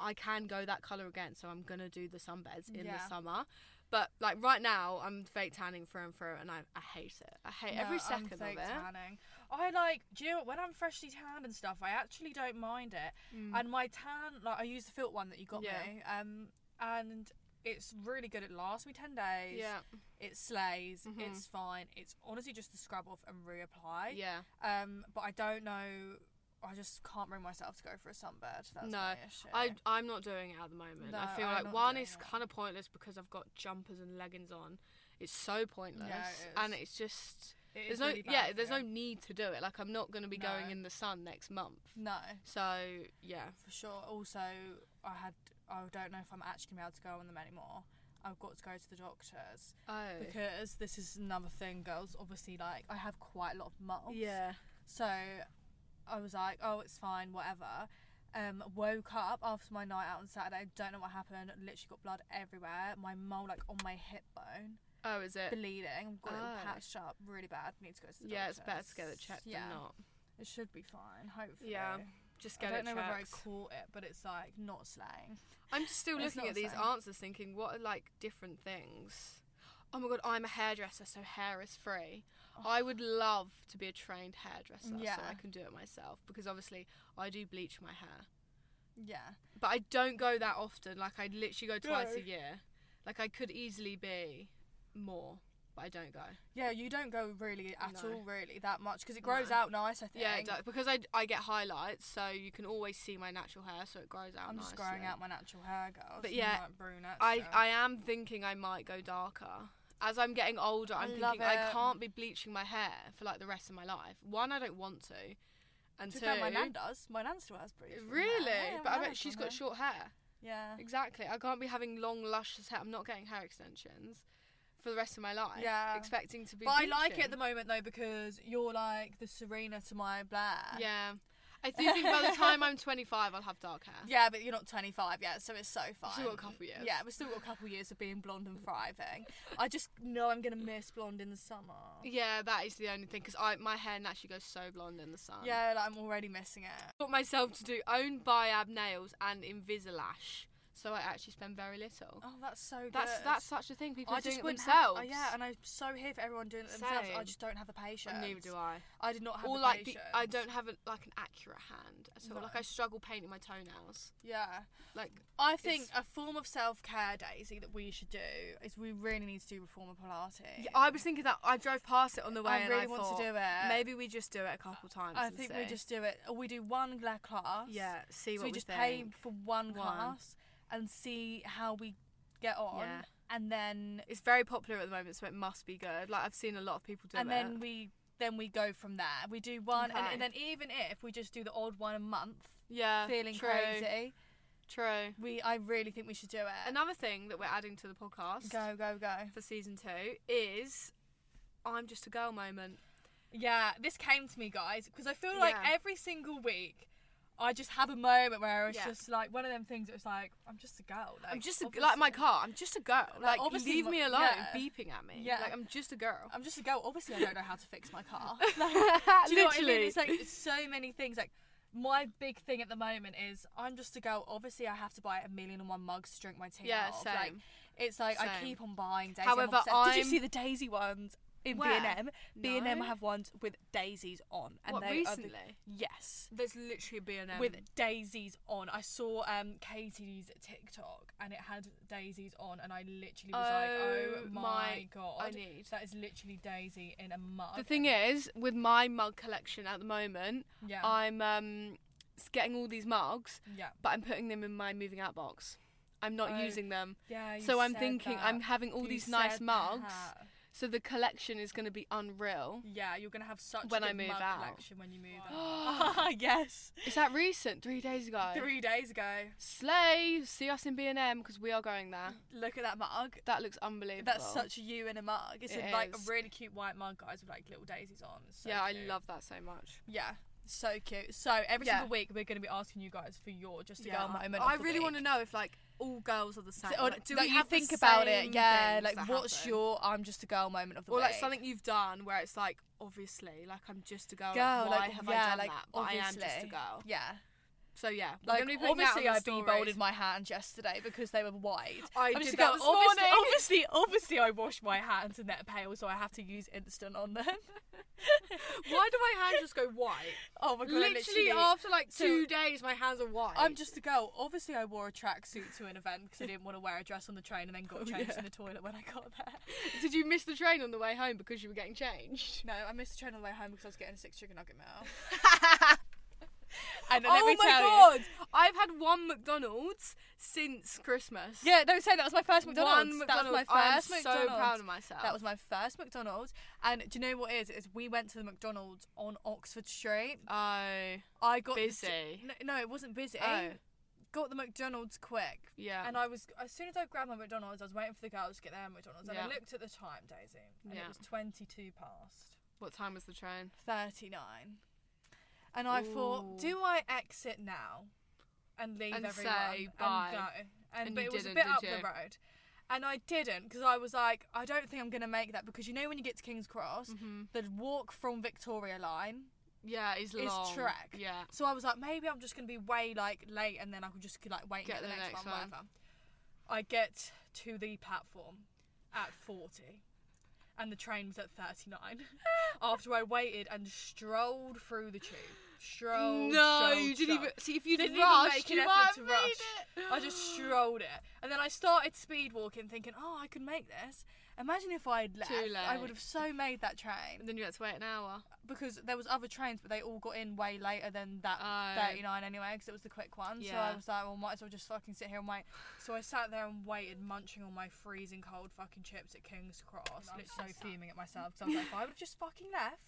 Speaker 2: I can go that color again, so I'm gonna do the sunbeds in
Speaker 1: Yeah.
Speaker 2: the summer. But like right now, I'm fake tanning through and through, and I, I hate it. I hate
Speaker 1: No,
Speaker 2: every
Speaker 1: I'm
Speaker 2: 2nd of
Speaker 1: fake
Speaker 2: it.
Speaker 1: Tanning. I like, do you know what? When I'm freshly tanned and stuff, I actually don't mind it. And my tan, like, I use the Filt one that you got
Speaker 2: Mm. Yeah.
Speaker 1: me, um, and it's really good. It lasts me ten days.
Speaker 2: Yeah,
Speaker 1: It slays.
Speaker 2: Mhm.
Speaker 1: It's fine. It's honestly just the scrub off and reapply.
Speaker 2: yeah.
Speaker 1: Um, but I don't know. I just can't bring myself to go for a sunbed. That's
Speaker 2: No,
Speaker 1: my issue.
Speaker 2: I I'm not doing it at the moment. I
Speaker 1: No,
Speaker 2: feel
Speaker 1: I'm
Speaker 2: like
Speaker 1: not
Speaker 2: one
Speaker 1: doing
Speaker 2: is
Speaker 1: it.
Speaker 2: kind of pointless because I've got jumpers and leggings on. It's so pointless,
Speaker 1: is.
Speaker 2: and it's just
Speaker 1: It is
Speaker 2: there's no
Speaker 1: really bad
Speaker 2: yeah
Speaker 1: for
Speaker 2: there's
Speaker 1: you.
Speaker 2: no need to do it. Like I'm not gonna be going
Speaker 1: No.
Speaker 2: in the sun next month.
Speaker 1: no
Speaker 2: So yeah,
Speaker 1: for sure. Also, I had I don't know if I'm actually gonna be able to go on them anymore. I've got to go to the doctors
Speaker 2: oh
Speaker 1: because this is another thing, girls. Obviously, like I have quite a lot of moles. So I was like, oh, it's fine, whatever. Um, woke up after my night out on Saturday. Don't know what happened. Literally got blood everywhere. My mole like on my hip bone,
Speaker 2: Oh, is it?
Speaker 1: bleeding. I've got it all
Speaker 2: Oh.
Speaker 1: patched up, really bad. Need to go to the
Speaker 2: Yeah, it's better
Speaker 1: doctors.
Speaker 2: to get it checked
Speaker 1: yeah.
Speaker 2: than not.
Speaker 1: It should be fine, hopefully.
Speaker 2: Yeah, Just
Speaker 1: I
Speaker 2: get
Speaker 1: don't
Speaker 2: it
Speaker 1: know whether I
Speaker 2: checked.
Speaker 1: caught it, but it's like not slaying.
Speaker 2: I'm just still
Speaker 1: It's
Speaker 2: looking
Speaker 1: not
Speaker 2: at
Speaker 1: the
Speaker 2: these
Speaker 1: same.
Speaker 2: answers, thinking what are like different things. Oh my god, I'm a hairdresser, so hair is free. I would love to be a trained hairdresser, so I
Speaker 1: Oh. Yeah.
Speaker 2: can do it myself because obviously I do bleach my hair,
Speaker 1: Yeah.
Speaker 2: but I don't go that often. Like I literally go twice
Speaker 1: No.
Speaker 2: a year. Like I could easily be more, but I don't go.
Speaker 1: Yeah, you don't go really at
Speaker 2: No.
Speaker 1: all, really, that much because it grows
Speaker 2: No.
Speaker 1: out nice, I think.
Speaker 2: Yeah, it do- because I, I get highlights, so you can always see my natural hair, so it grows out.
Speaker 1: I'm just growing
Speaker 2: nicely.
Speaker 1: out my natural hair, girls.
Speaker 2: But
Speaker 1: I'm
Speaker 2: yeah,
Speaker 1: like brunette
Speaker 2: I,
Speaker 1: still.
Speaker 2: I am thinking I might go darker. as I'm getting older, I'm
Speaker 1: Love
Speaker 2: thinking I
Speaker 1: it.
Speaker 2: can't be bleaching my hair for like the rest of my life. One, I don't want to, and
Speaker 1: To be
Speaker 2: two,
Speaker 1: fair, my nan does. My nan still has braids. from there.
Speaker 2: really.
Speaker 1: Yeah,
Speaker 2: but
Speaker 1: my
Speaker 2: I
Speaker 1: nan
Speaker 2: bet
Speaker 1: has
Speaker 2: she's
Speaker 1: one
Speaker 2: got
Speaker 1: there.
Speaker 2: short hair.
Speaker 1: Yeah.
Speaker 2: Exactly. I can't be having long, luscious hair. I'm not getting hair extensions for the rest of my life.
Speaker 1: Yeah.
Speaker 2: Expecting to be.
Speaker 1: But I like it at the
Speaker 2: bleaching.
Speaker 1: moment though because you're like the Serena to my Blair.
Speaker 2: Yeah. I do think by the time I'm 25, I'll have dark hair.
Speaker 1: Yeah, but you're not 25 yet, so it's so fun.
Speaker 2: Still got a couple years.
Speaker 1: Yeah, we've still got a couple years of being blonde and thriving. I just know I'm gonna miss blonde in the summer.
Speaker 2: Yeah, that is the only thing because I my hair naturally goes so blonde in the sun.
Speaker 1: Yeah, like, I'm already missing it.
Speaker 2: Taught myself to do own biab nails and Invisalash, so I actually spend very little.
Speaker 1: Oh, that's so good.
Speaker 2: That's that's such a thing. People
Speaker 1: I
Speaker 2: are doing
Speaker 1: just
Speaker 2: it
Speaker 1: wouldn't have-
Speaker 2: themselves.
Speaker 1: oh, yeah, and I'm so here for everyone doing it themselves. I
Speaker 2: Same.
Speaker 1: just don't have the patience.
Speaker 2: And neither do I.
Speaker 1: I did not have
Speaker 2: Or
Speaker 1: the
Speaker 2: like the,
Speaker 1: patience.
Speaker 2: I don't have a, like an accurate hand at all.
Speaker 1: No.
Speaker 2: Like I struggle painting my toenails.
Speaker 1: Yeah.
Speaker 2: Like
Speaker 1: I think
Speaker 2: It's-
Speaker 1: a form of self care, Daisy, that we should do is we really need to do reformer Pilates.
Speaker 2: yeah, I was thinking that I drove past it on the way.
Speaker 1: I
Speaker 2: and
Speaker 1: really want
Speaker 2: thought,
Speaker 1: to do it.
Speaker 2: Maybe we just do it a couple times.
Speaker 1: I
Speaker 2: and
Speaker 1: think
Speaker 2: see.
Speaker 1: we just do it. Or we do one le- class.
Speaker 2: yeah see
Speaker 1: So
Speaker 2: what
Speaker 1: we
Speaker 2: we
Speaker 1: just
Speaker 2: think.
Speaker 1: pay for one
Speaker 2: One.
Speaker 1: class and see how we get on.
Speaker 2: Yeah.
Speaker 1: And then
Speaker 2: It's very popular at the moment, so it must be good. Like I've seen a lot of people do
Speaker 1: and
Speaker 2: it.
Speaker 1: then we then we go from there. We do one and,
Speaker 2: Okay.
Speaker 1: and then even if we just do the odd one a month,
Speaker 2: yeah,
Speaker 1: feeling
Speaker 2: true,
Speaker 1: crazy,
Speaker 2: True.
Speaker 1: we I really think we should do it.
Speaker 2: Another thing that we're adding to the podcast
Speaker 1: go go go.
Speaker 2: for season two is I'm just a girl moment.
Speaker 1: Yeah, this came to me, guys, because I feel like
Speaker 2: Yeah.
Speaker 1: every single week I just have a moment where it's
Speaker 2: Yeah.
Speaker 1: just like one of them things. It was like I'm just a girl. Like,
Speaker 2: I'm just a, like my
Speaker 1: obviously-
Speaker 2: car. I'm just a girl.
Speaker 1: Like,
Speaker 2: Like,
Speaker 1: obviously
Speaker 2: leave
Speaker 1: my-
Speaker 2: me alone.
Speaker 1: yeah.
Speaker 2: Beeping at me.
Speaker 1: Yeah.
Speaker 2: Like I'm just a girl.
Speaker 1: I'm just a girl. Obviously, I don't know how to fix my car. Like, do you know what I mean?
Speaker 2: Literally.
Speaker 1: It's like it's so many things. Like my big thing at the moment is I'm just a girl. Obviously, I have to buy a million and one mugs to drink my tea.
Speaker 2: yeah,
Speaker 1: out of.
Speaker 2: same.
Speaker 1: Like, it's like I
Speaker 2: Same.
Speaker 1: keep on buying daisies.
Speaker 2: However,
Speaker 1: did you
Speaker 2: I'm-
Speaker 1: see the daisy ones in B
Speaker 2: Where?
Speaker 1: and M? B and M
Speaker 2: No.
Speaker 1: have ones with daisies on, and
Speaker 2: what
Speaker 1: they
Speaker 2: recently?
Speaker 1: are the, yes.
Speaker 2: There's literally a B&M.
Speaker 1: with daisies on. I saw um Katie's TikTok and it had daisies on, and I literally was like,
Speaker 2: Oh
Speaker 1: "Oh my,
Speaker 2: my-
Speaker 1: god,
Speaker 2: I need.
Speaker 1: that is literally daisy in a mug."
Speaker 2: The thing is, with my mug collection at the moment,
Speaker 1: yeah,
Speaker 2: I'm um s- getting all these mugs,
Speaker 1: yeah,
Speaker 2: but I'm putting them in my moving out box. I'm not
Speaker 1: Oh,
Speaker 2: using them.
Speaker 1: yeah. you
Speaker 2: So I'm
Speaker 1: said
Speaker 2: thinking
Speaker 1: that.
Speaker 2: I'm having all
Speaker 1: You
Speaker 2: these nice
Speaker 1: said
Speaker 2: mugs.
Speaker 1: that.
Speaker 2: So the collection is going to be unreal.
Speaker 1: Yeah, you're gonna have such
Speaker 2: When
Speaker 1: a
Speaker 2: I
Speaker 1: good
Speaker 2: move
Speaker 1: mug
Speaker 2: out.
Speaker 1: collection when you move out. yes,
Speaker 2: Is that recent? Three days ago.
Speaker 1: three days ago.
Speaker 2: Slay, see us in B&M because we are going there.
Speaker 1: Look at that mug.
Speaker 2: That looks unbelievable.
Speaker 1: Mm. That's such you in a mug. It's
Speaker 2: It
Speaker 1: a, like
Speaker 2: is.
Speaker 1: a really cute white mug, guys, with like little daisies on. It's So
Speaker 2: yeah, I
Speaker 1: cute.
Speaker 2: love that so much.
Speaker 1: Yeah. So cute. So every
Speaker 2: Yeah.
Speaker 1: single week we're going to be asking you guys for your just a girl moment.
Speaker 2: I really want to know if like all girls are the same.
Speaker 1: or,
Speaker 2: Like, do
Speaker 1: like,
Speaker 2: we
Speaker 1: you
Speaker 2: have the
Speaker 1: think about it?
Speaker 2: same
Speaker 1: Yeah.
Speaker 2: things
Speaker 1: Like,
Speaker 2: that
Speaker 1: what's
Speaker 2: happen?
Speaker 1: your I'm just a girl moment of the
Speaker 2: or
Speaker 1: week?
Speaker 2: like something you've done where it's like obviously like I'm just a girl.
Speaker 1: Girl,
Speaker 2: like, why
Speaker 1: like
Speaker 2: have
Speaker 1: yeah,
Speaker 2: I done
Speaker 1: like
Speaker 2: that? But
Speaker 1: obviously,
Speaker 2: I am just a girl.
Speaker 1: Yeah,
Speaker 2: So yeah, we're
Speaker 1: like
Speaker 2: gonna be putting that
Speaker 1: obviously I
Speaker 2: on the
Speaker 1: b-bolded
Speaker 2: stories.
Speaker 1: my hands yesterday because they were wide.
Speaker 2: I
Speaker 1: am
Speaker 2: did
Speaker 1: just a
Speaker 2: that
Speaker 1: girl.
Speaker 2: this
Speaker 1: obviously,
Speaker 2: morning.
Speaker 1: obviously, obviously, I wash my hands and they're pale, so I have to use instant on them.
Speaker 2: Why do my hands just go white?
Speaker 1: oh my god, I
Speaker 2: literally, after like
Speaker 1: so-
Speaker 2: two days, my hands are white.
Speaker 1: I'm just a girl. Obviously, I wore a tracksuit to an event because I didn't want to wear a dress on the train and then got
Speaker 2: Oh,
Speaker 1: changed
Speaker 2: yeah.
Speaker 1: in the toilet when I got there.
Speaker 2: Did you miss the train on the way home because you were getting changed?
Speaker 1: No, I missed the train on the way home because I was getting a six chicken nugget meal. And let
Speaker 2: oh
Speaker 1: me
Speaker 2: my
Speaker 1: tell
Speaker 2: god! I've had one McDonald's since Christmas.
Speaker 1: You, yeah, don't say that was my first McDonald's.
Speaker 2: one
Speaker 1: that was
Speaker 2: McDonald's.
Speaker 1: my first
Speaker 2: I'm
Speaker 1: McDonald's.
Speaker 2: so proud of myself.
Speaker 1: That was my first McDonald's. And do you know what it is? It is we went to the McDonald's on Oxford Street.
Speaker 2: oh
Speaker 1: I got the-
Speaker 2: busy.
Speaker 1: no, no, it wasn't busy.
Speaker 2: Oh
Speaker 1: Got the McDonald's quick.
Speaker 2: yeah.
Speaker 1: And I was as soon as I grabbed my McDonald's, I was waiting for the girls to get their McDonald's, and I
Speaker 2: Yeah.
Speaker 1: looked at the time, Daisy, and it
Speaker 2: Yeah.
Speaker 1: was twenty-two past
Speaker 2: what time was the train?
Speaker 1: thirty-nine, and I
Speaker 2: Ooh.
Speaker 1: thought, do I exit now and leave
Speaker 2: And
Speaker 1: everyone
Speaker 2: say
Speaker 1: and
Speaker 2: bye.
Speaker 1: go? And,
Speaker 2: And
Speaker 1: but
Speaker 2: you
Speaker 1: it was a
Speaker 2: didn't,
Speaker 1: bit
Speaker 2: did
Speaker 1: up the
Speaker 2: you?
Speaker 1: road, and I didn't because I was like, I don't think I'm gonna make that because you know when you get to King's Cross,
Speaker 2: Mm-hmm.
Speaker 1: the walk from Victoria Line.
Speaker 2: Yeah, it's
Speaker 1: It's
Speaker 2: long.
Speaker 1: Trek.
Speaker 2: Yeah.
Speaker 1: So I was like, maybe I'm just gonna be way like late, and then I could just like wait and get, the, next, one, whatever. I get to the platform at forty, and the train was at thirty nine. After I waited and strolled through the tube, stroll.
Speaker 2: no,
Speaker 1: strolled,
Speaker 2: you didn't
Speaker 1: strolled.
Speaker 2: even see if you
Speaker 1: Didn't
Speaker 2: did
Speaker 1: even
Speaker 2: rush.
Speaker 1: make an
Speaker 2: you
Speaker 1: effort
Speaker 2: might
Speaker 1: to
Speaker 2: have
Speaker 1: rush.
Speaker 2: made it.
Speaker 1: I just strolled it, and then I started speed walking, thinking, "Oh, I could make this." Imagine if I had left,
Speaker 2: Too
Speaker 1: I
Speaker 2: late.
Speaker 1: would have so made that train
Speaker 2: And then you had to wait an hour.
Speaker 1: because there was other trains, but they all got in way later than that
Speaker 2: Oh.
Speaker 1: 39 anyway, because it was the quick one. So I
Speaker 2: Yeah.
Speaker 1: was like, "Well, might as well just fucking sit here and wait." So I sat there and waited, munching on my freezing cold fucking chips at King's Cross.
Speaker 3: I'm so
Speaker 1: Literally
Speaker 3: fuming at myself. So I was like, if I would have just fucking left,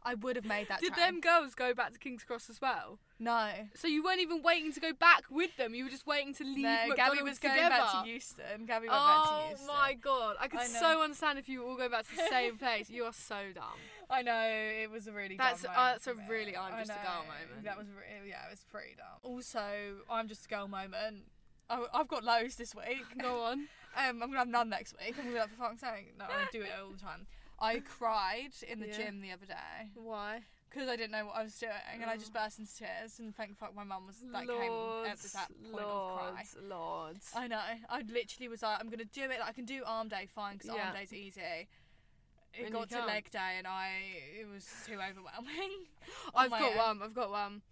Speaker 3: I would have made that.
Speaker 2: Did
Speaker 3: train.
Speaker 2: them girls go back to King's Cross as well?
Speaker 1: no.
Speaker 2: So you weren't even waiting to go back with them. You were just waiting to leave.
Speaker 1: No, Gabby was
Speaker 2: McDonald's
Speaker 1: going
Speaker 2: together.
Speaker 1: back to Euston. Gabby went back to
Speaker 2: Oh
Speaker 1: Euston.
Speaker 2: my god! I could
Speaker 1: I know.
Speaker 2: so understand if you were all going back to the same place. You are so dumb.
Speaker 1: I know it was a really
Speaker 2: That's-
Speaker 1: dumb
Speaker 2: uh,
Speaker 1: moment
Speaker 2: that's a
Speaker 1: for me.
Speaker 2: really I'm
Speaker 1: I
Speaker 2: just a girl
Speaker 1: know,
Speaker 2: moment.
Speaker 1: That was re- yeah, it was pretty dumb. Also, I'm just a girl moment. I, I've got lows this week.
Speaker 2: Go on.
Speaker 1: Um, I'm gonna have none next week. I'm gonna be like for fuck's sake. No, I do it all the time. I cried in the
Speaker 2: Yeah.
Speaker 1: gym the other day
Speaker 2: Why?
Speaker 1: because I didn't know what I was doing, and I just
Speaker 2: Oh.
Speaker 1: burst into tears. And thank fuck my mum was like came at that point of cry.
Speaker 2: lords, lords.
Speaker 1: I know. I literally was like, I'm gonna do it. I can do arm day fine because
Speaker 2: Yeah.
Speaker 1: arm day's easy. It
Speaker 2: And you
Speaker 1: got to
Speaker 2: can't.
Speaker 1: leg day, and I it was too overwhelming. on
Speaker 2: I've
Speaker 1: my
Speaker 2: got
Speaker 1: own.
Speaker 2: one. I've got one.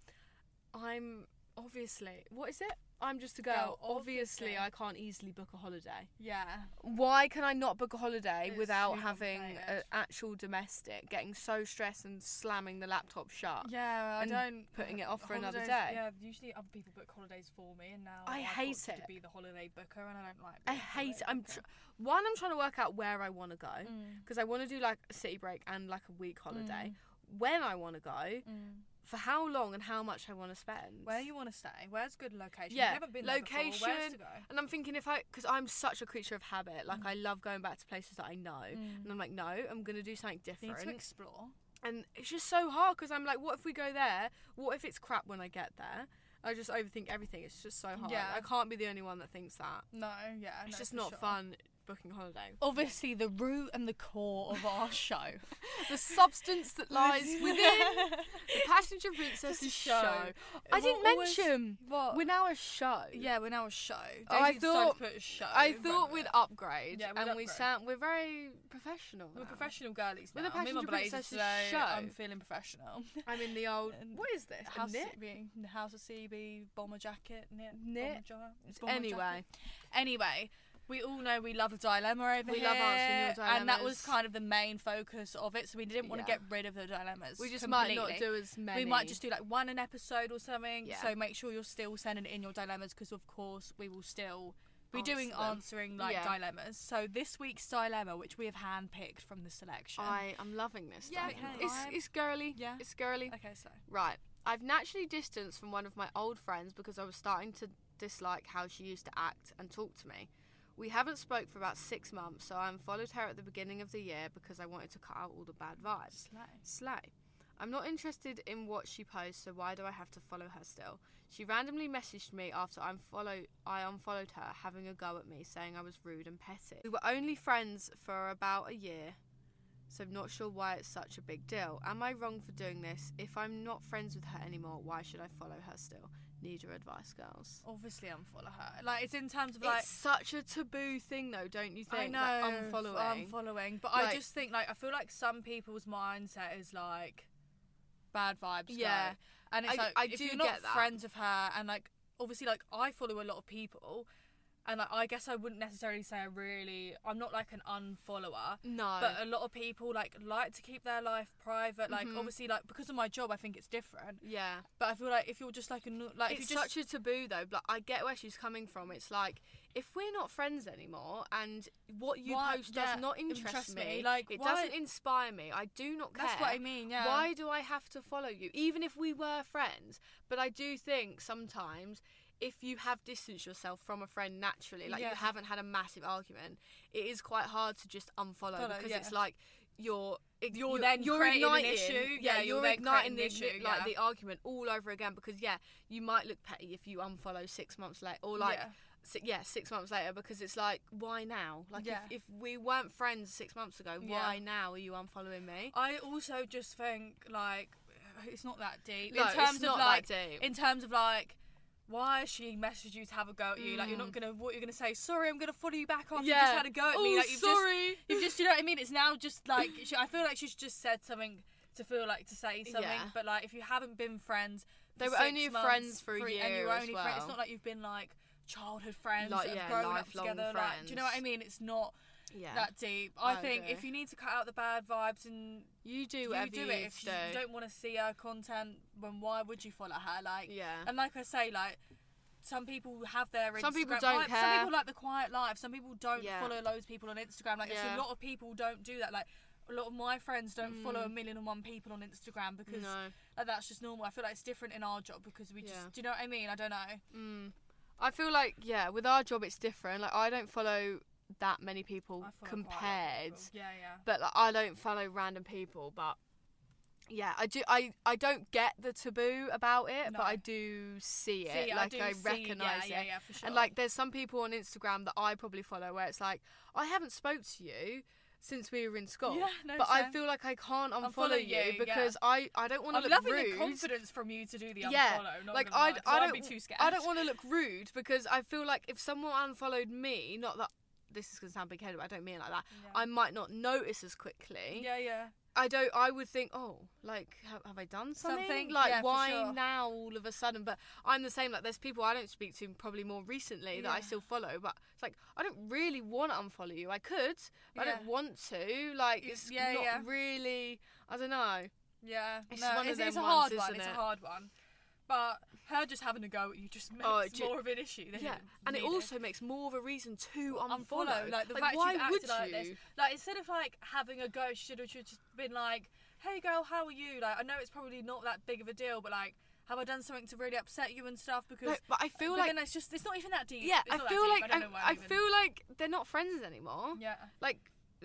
Speaker 2: I'm obviously. What is it? I'm just a girl.
Speaker 1: Girl,
Speaker 2: obviously,
Speaker 1: obviously.
Speaker 2: I can't easily book a holiday.
Speaker 1: Yeah.
Speaker 2: Why can I not book a holiday
Speaker 1: It's
Speaker 2: without
Speaker 1: too
Speaker 2: having an
Speaker 1: complicated.
Speaker 2: actual domestic? Getting so stressed and slamming the laptop shut.
Speaker 1: Yeah, I
Speaker 2: and
Speaker 1: don't
Speaker 2: putting it off for another
Speaker 1: holidays-
Speaker 2: day.
Speaker 1: Yeah, usually other people book holidays for me, and now
Speaker 2: I
Speaker 1: I've
Speaker 2: hate
Speaker 1: opted
Speaker 2: it.
Speaker 1: To be the holiday booker, and I don't like.
Speaker 2: I
Speaker 1: being the
Speaker 2: hate.
Speaker 1: holiday
Speaker 2: I'm tr-
Speaker 1: booker.
Speaker 2: one. I'm trying to work out where I want to go
Speaker 1: Mm,
Speaker 2: because I want to do like a city break and like a week holiday. When I want to go,
Speaker 1: mm.
Speaker 2: for how long and how much I want to spend.
Speaker 1: Where you want to stay? Where's good location?
Speaker 2: Yeah,
Speaker 1: you haven't been there before, Where's to
Speaker 2: location,
Speaker 1: go?
Speaker 2: And I'm thinking if I, because I'm such a creature of habit, like
Speaker 1: Mm.
Speaker 2: I love going back to places that I know. And I'm like, no, I'm gonna do something
Speaker 1: You need
Speaker 2: different.
Speaker 1: to explore.
Speaker 2: and it's just so hard because I'm like, what if we go there? What if it's crap when I get there? I just overthink everything. It's just so hard.
Speaker 1: Yeah.
Speaker 2: I can't be the only one that thinks that.
Speaker 1: No, yeah,
Speaker 2: It's
Speaker 1: no,
Speaker 2: just
Speaker 1: for
Speaker 2: not
Speaker 1: sure.
Speaker 2: fun booking a holiday.
Speaker 1: Obviously, the root and the core of our show.
Speaker 2: the substance that lies within the Passenger Princess's show. I didn't
Speaker 1: We'll always-
Speaker 2: mention
Speaker 1: What?
Speaker 2: we're now a show.
Speaker 1: yeah, we're now a show.
Speaker 2: Oh, I
Speaker 1: Daisy decided
Speaker 2: thought-
Speaker 1: to put a show.
Speaker 2: I
Speaker 1: in front
Speaker 2: thought
Speaker 1: of
Speaker 2: we'd
Speaker 1: it.
Speaker 2: upgrade,
Speaker 1: Yeah, we'd
Speaker 2: and we
Speaker 1: upgrade.
Speaker 2: sound we're very professional.
Speaker 1: We're
Speaker 2: now.
Speaker 1: professional girlies
Speaker 2: We're
Speaker 1: now.
Speaker 2: the
Speaker 1: I'm in my
Speaker 2: Passenger
Speaker 1: blazers
Speaker 2: Princesses
Speaker 1: today.
Speaker 2: show.
Speaker 1: I'm feeling professional.
Speaker 2: I'm in the old.
Speaker 1: And
Speaker 2: What is this? A
Speaker 1: House
Speaker 2: knit?
Speaker 1: CB, House of CB, bomber jacket, knit,
Speaker 2: Knit.
Speaker 1: Bomber ja- bomber
Speaker 2: Anyway,
Speaker 1: jacket. anyway, we all know we love a dilemma over
Speaker 2: We
Speaker 1: here.
Speaker 2: love answering your
Speaker 1: and that was
Speaker 2: dilemmas.
Speaker 1: kind of the main focus of it. So we didn't want to
Speaker 2: Yeah.
Speaker 1: get rid of the dilemmas.
Speaker 2: we just
Speaker 1: completely.
Speaker 2: might not do as many.
Speaker 1: We might just do like one an episode or something.
Speaker 2: Yeah.
Speaker 1: So make sure you're still sending in your dilemmas because of course we will still be
Speaker 2: Answer
Speaker 1: doing
Speaker 2: them.
Speaker 1: answering like
Speaker 2: Yeah.
Speaker 1: dilemmas. So this week's dilemma, which we have handpicked from the selection.
Speaker 2: I am loving this.
Speaker 1: Yeah,
Speaker 2: dilemma.
Speaker 1: okay.
Speaker 2: it's
Speaker 1: Vibe.
Speaker 2: it's girly.
Speaker 1: Yeah.
Speaker 2: it's girly.
Speaker 1: okay, so
Speaker 2: Right, I've naturally distanced from one of my old friends because I was starting to dislike how she used to act and talk to me. We haven't spoke for about six months, so I unfollowed her at the beginning of the year because I wanted to cut out all the bad vibes. Slay. I'm not interested in what she posts, so why do I have to follow her still? She randomly messaged me after I unfollow I unfollowed her, having a go at me, saying I was rude and petty. We were only friends for about a year, so I'm not sure why it's such a big deal. Am I wrong for doing this? If I'm not friends with her anymore, why should I follow her still? Need your advice, girls.
Speaker 1: obviously unfollow her. Like it's in terms of like
Speaker 2: it's such a taboo thing, though, don't you think? like,
Speaker 1: f-
Speaker 2: unfollowing.
Speaker 1: unfollowing. But I
Speaker 2: Like-
Speaker 1: just think like I feel like some people's mindset is like bad vibes. Yeah,
Speaker 2: Yeah.
Speaker 1: and it's
Speaker 2: I-
Speaker 1: like
Speaker 2: I
Speaker 1: if
Speaker 2: do
Speaker 1: you're not
Speaker 2: get that.
Speaker 1: friends with her, and like obviously like I follow a lot of people, and like I guess I wouldn't necessarily say I really I'm not like an unfollower.
Speaker 2: no.
Speaker 1: But a lot of people like like to keep their life private. Like
Speaker 2: Mhm.
Speaker 1: obviously, like because of my job, I think it's different.
Speaker 2: yeah.
Speaker 1: But I feel like if you're just like a no- like if
Speaker 2: it's
Speaker 1: you just
Speaker 2: such a taboo though but i get where she's coming from it's like if we're not friends anymore and what you
Speaker 1: Why-
Speaker 2: post
Speaker 1: yeah,
Speaker 2: does not interest,
Speaker 1: interest
Speaker 2: me,
Speaker 1: me, like,
Speaker 2: it
Speaker 1: why-
Speaker 2: doesn't inspire me i do not care
Speaker 1: that's what I mean. Yeah.
Speaker 2: why do i have to follow you even if we were friends but i do think sometimes if you have distanced yourself from a friend naturally like
Speaker 1: Yeah.
Speaker 2: you haven't had a massive argument it is quite hard to just unfollow
Speaker 1: Follow,
Speaker 2: because
Speaker 1: yeah.
Speaker 2: it's like you're ig-
Speaker 1: You're then creating an issue. Yeah,
Speaker 2: Yeah,
Speaker 1: you're
Speaker 2: you're,
Speaker 1: then
Speaker 2: igniting the
Speaker 1: creating an issue,
Speaker 2: like
Speaker 1: yeah.
Speaker 2: the argument all over again because yeah, you might look petty if you unfollow six months later, or like
Speaker 1: Yeah.
Speaker 2: si- yeah, six months later because it's like why now? Like
Speaker 1: Yeah.
Speaker 2: if, if we weren't friends six months ago,
Speaker 1: Yeah.
Speaker 2: why now are you unfollowing me?
Speaker 1: I also just think like it's not that deep
Speaker 2: No,
Speaker 1: in terms
Speaker 2: it's not
Speaker 1: of like
Speaker 2: that deep.
Speaker 1: in terms of like why she messaged you to have a go at you like
Speaker 2: Mm.
Speaker 1: you're not gonna what you're gonna say sorry I'm gonna follow you back after you just had a go at
Speaker 2: oh,
Speaker 1: me like you've
Speaker 2: sorry.
Speaker 1: just you've just you know what I mean it's now just like she, I feel like she's just said something to feel like to say something.
Speaker 2: Yeah.
Speaker 1: But like if you haven't been friends, for
Speaker 2: They were
Speaker 1: six
Speaker 2: only your
Speaker 1: months,
Speaker 2: friends for a
Speaker 1: three-
Speaker 2: year
Speaker 1: and you were
Speaker 2: as
Speaker 1: only friends.
Speaker 2: well.
Speaker 1: It's not like you've been like childhood friends
Speaker 2: Like,
Speaker 1: that have
Speaker 2: yeah,
Speaker 1: grown up
Speaker 2: lifelong
Speaker 1: together. Like, do you know what I
Speaker 2: friends.
Speaker 1: mean? It's not
Speaker 2: Yeah.
Speaker 1: that deep. I,
Speaker 2: I
Speaker 1: think
Speaker 2: agree.
Speaker 1: if you need to cut out the bad vibes and
Speaker 2: you do
Speaker 1: you
Speaker 2: whatever
Speaker 1: do
Speaker 2: you
Speaker 1: it,
Speaker 2: need
Speaker 1: if
Speaker 2: to
Speaker 1: you
Speaker 2: do.
Speaker 1: don't want to see her content, then why would you follow her? Like,
Speaker 2: yeah.
Speaker 1: and like I say, like some people have their
Speaker 2: Some people
Speaker 1: Instagram-
Speaker 2: don't
Speaker 1: like,
Speaker 2: care.
Speaker 1: Some people like the quiet life. Some people don't
Speaker 2: Yeah.
Speaker 1: follow loads of people on Instagram. Like
Speaker 2: Yeah.
Speaker 1: it's a lot of people don't do that. Like a lot of my friends don't follow a million and one people on Instagram because
Speaker 2: Mm. No.
Speaker 1: like, that's just normal. I feel like it's different in our job because we just
Speaker 2: Yeah.
Speaker 1: do you know what I mean? I don't know.
Speaker 2: Mm. I feel like yeah, with our job it's different. Like I don't follow that many people
Speaker 1: I follow quite a lot of
Speaker 2: compared,
Speaker 1: people. Yeah, yeah.
Speaker 2: but like I don't follow random people. But yeah, I do. I I don't get the taboo about it,
Speaker 1: No.
Speaker 2: but I do see it.
Speaker 1: See,
Speaker 2: like
Speaker 1: do
Speaker 2: I,
Speaker 1: see-
Speaker 2: recognize
Speaker 1: yeah, Yeah,
Speaker 2: it.
Speaker 1: yeah, for sure.
Speaker 2: And like, there's some people on Instagram that I probably follow where it's like, I haven't spoke to you since we were in school,
Speaker 1: Yeah, no,
Speaker 2: but I
Speaker 1: same.
Speaker 2: feel like I can't unfollow,
Speaker 1: Unfollow
Speaker 2: you,
Speaker 1: you, yeah.
Speaker 2: because I I don't want to
Speaker 1: I'm
Speaker 2: look
Speaker 1: loving
Speaker 2: rude.
Speaker 1: the confidence from you to do the unfollow.
Speaker 2: Yeah,
Speaker 1: not
Speaker 2: like,
Speaker 1: gonna lie,
Speaker 2: I'd-
Speaker 1: 'cause
Speaker 2: I
Speaker 1: I'd
Speaker 2: don't
Speaker 1: be
Speaker 2: w-
Speaker 1: too scared.
Speaker 2: I don't want to look rude because I feel like if someone unfollowed me, not that this is gonna sound big headed, but I don't mean it like that.
Speaker 1: Yeah.
Speaker 2: I might not notice as quickly.
Speaker 1: Yeah, yeah.
Speaker 2: I don't. I would think, oh, like have, have I done something?
Speaker 1: Something,
Speaker 2: Like
Speaker 1: yeah, for
Speaker 2: why
Speaker 1: sure.
Speaker 2: now all of a sudden? But I'm the same. Like there's people I don't speak to probably more recently that I
Speaker 1: Yeah.
Speaker 2: still follow, but it's like I don't really want to unfollow you. I could, but I don't
Speaker 1: Yeah.
Speaker 2: want to. Like
Speaker 1: Y-
Speaker 2: it's
Speaker 1: yeah,
Speaker 2: not
Speaker 1: yeah.
Speaker 2: really. I don't know.
Speaker 1: Yeah,
Speaker 2: It's
Speaker 1: no,
Speaker 2: one of
Speaker 1: it's, it's a
Speaker 2: them
Speaker 1: hard
Speaker 2: ones,
Speaker 1: one.
Speaker 2: isn't
Speaker 1: It's a
Speaker 2: it?
Speaker 1: hard one. But her just having a go at you just makes
Speaker 2: Oh, do you-
Speaker 1: more of an issue than
Speaker 2: Yeah,
Speaker 1: it
Speaker 2: and it
Speaker 1: needed.
Speaker 2: also makes more of a reason to unfollow.
Speaker 1: unfollow. Like the fact
Speaker 2: why
Speaker 1: you've acted
Speaker 2: would
Speaker 1: like
Speaker 2: you?
Speaker 1: this, like instead of like having a go, she should have just been like, "Hey girl, how are you?" Like I know it's probably not that big of a deal, but like, have I done something to really upset you and stuff? Because
Speaker 2: No, but I feel
Speaker 1: but
Speaker 2: like
Speaker 1: then it's just it's not even that deep.
Speaker 2: yeah,
Speaker 1: It's
Speaker 2: I
Speaker 1: not that
Speaker 2: feel
Speaker 1: deep.
Speaker 2: like
Speaker 1: I,
Speaker 2: I,
Speaker 1: don't know why
Speaker 2: I
Speaker 1: even-
Speaker 2: feel like they're not friends anymore.
Speaker 1: yeah,
Speaker 2: Like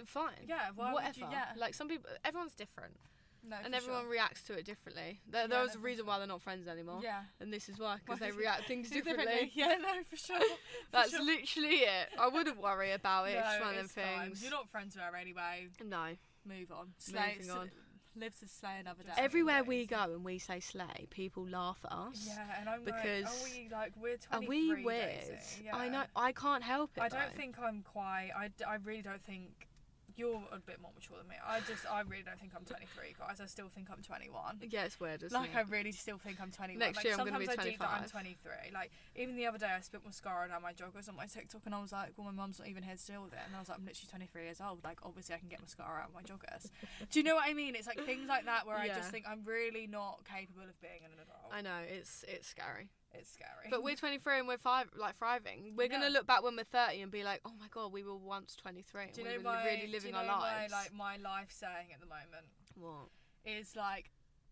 Speaker 2: fine.
Speaker 1: yeah. Why
Speaker 2: Whatever.
Speaker 1: Would you, yeah,
Speaker 2: Like some people, everyone's different,
Speaker 1: no, for
Speaker 2: and everyone reacts to it differently. There,
Speaker 1: Yeah,
Speaker 2: there was
Speaker 1: no, for
Speaker 2: a reason why they're not friends anymore,
Speaker 1: sure. yeah.
Speaker 2: and this is why because
Speaker 1: Why
Speaker 2: they
Speaker 1: is it-
Speaker 2: react things differently.
Speaker 1: Yeah, no, for sure. For
Speaker 2: That's
Speaker 1: sure.
Speaker 2: literally it. I wouldn't worry about it. it's
Speaker 1: No,
Speaker 2: one of them
Speaker 1: it's fine.
Speaker 2: things.
Speaker 1: You're not friends with her anyway.
Speaker 2: no.
Speaker 1: Move on. Slay,
Speaker 2: Moving
Speaker 1: sl-
Speaker 2: on.
Speaker 1: Live to slay another day.
Speaker 2: Everywhere we
Speaker 1: always.
Speaker 2: go and we say slay, people laugh at us.
Speaker 1: Yeah, and I'm
Speaker 2: because-
Speaker 1: like, are we like we're
Speaker 2: Are
Speaker 1: 23?
Speaker 2: we weird?
Speaker 1: Daisy?
Speaker 2: I
Speaker 1: Yeah.
Speaker 2: know. I can't help it.
Speaker 1: I don't
Speaker 2: though.
Speaker 1: think I'm quite. I, d- I really don't think you're a bit more mature than me. I just I really don't think I'm 23, guys. I still think I'm 21.
Speaker 2: Yeah, it's weird, isn't
Speaker 1: Like
Speaker 2: it?
Speaker 1: I really still think I'm 21.
Speaker 2: Next
Speaker 1: like
Speaker 2: year I'm gonna
Speaker 1: sometimes
Speaker 2: be
Speaker 1: I deep that I'm
Speaker 2: 25.
Speaker 1: 23. Like even the other day I spit mascara down my joggers on my TikTok and I was like, well my mum's not even here to deal with it. And I was like, I'm literally 23 years old. Like obviously I can get mascara out of my joggers. Do you know what I mean? It's like things like that where I
Speaker 2: Yeah.
Speaker 1: just think I'm really not capable of being an adult.
Speaker 2: I know it's it's scary,
Speaker 1: it's scary.
Speaker 2: but we're 23 and we're five, like thriving. We're gonna
Speaker 1: Yeah.
Speaker 2: look back when we're 30 and be like, oh my god, we were once 23.
Speaker 1: do you
Speaker 2: and
Speaker 1: know
Speaker 2: we were
Speaker 1: my
Speaker 2: really
Speaker 1: do
Speaker 2: living
Speaker 1: you know
Speaker 2: our lives.
Speaker 1: my like my life saying at the moment?
Speaker 2: what?
Speaker 1: is like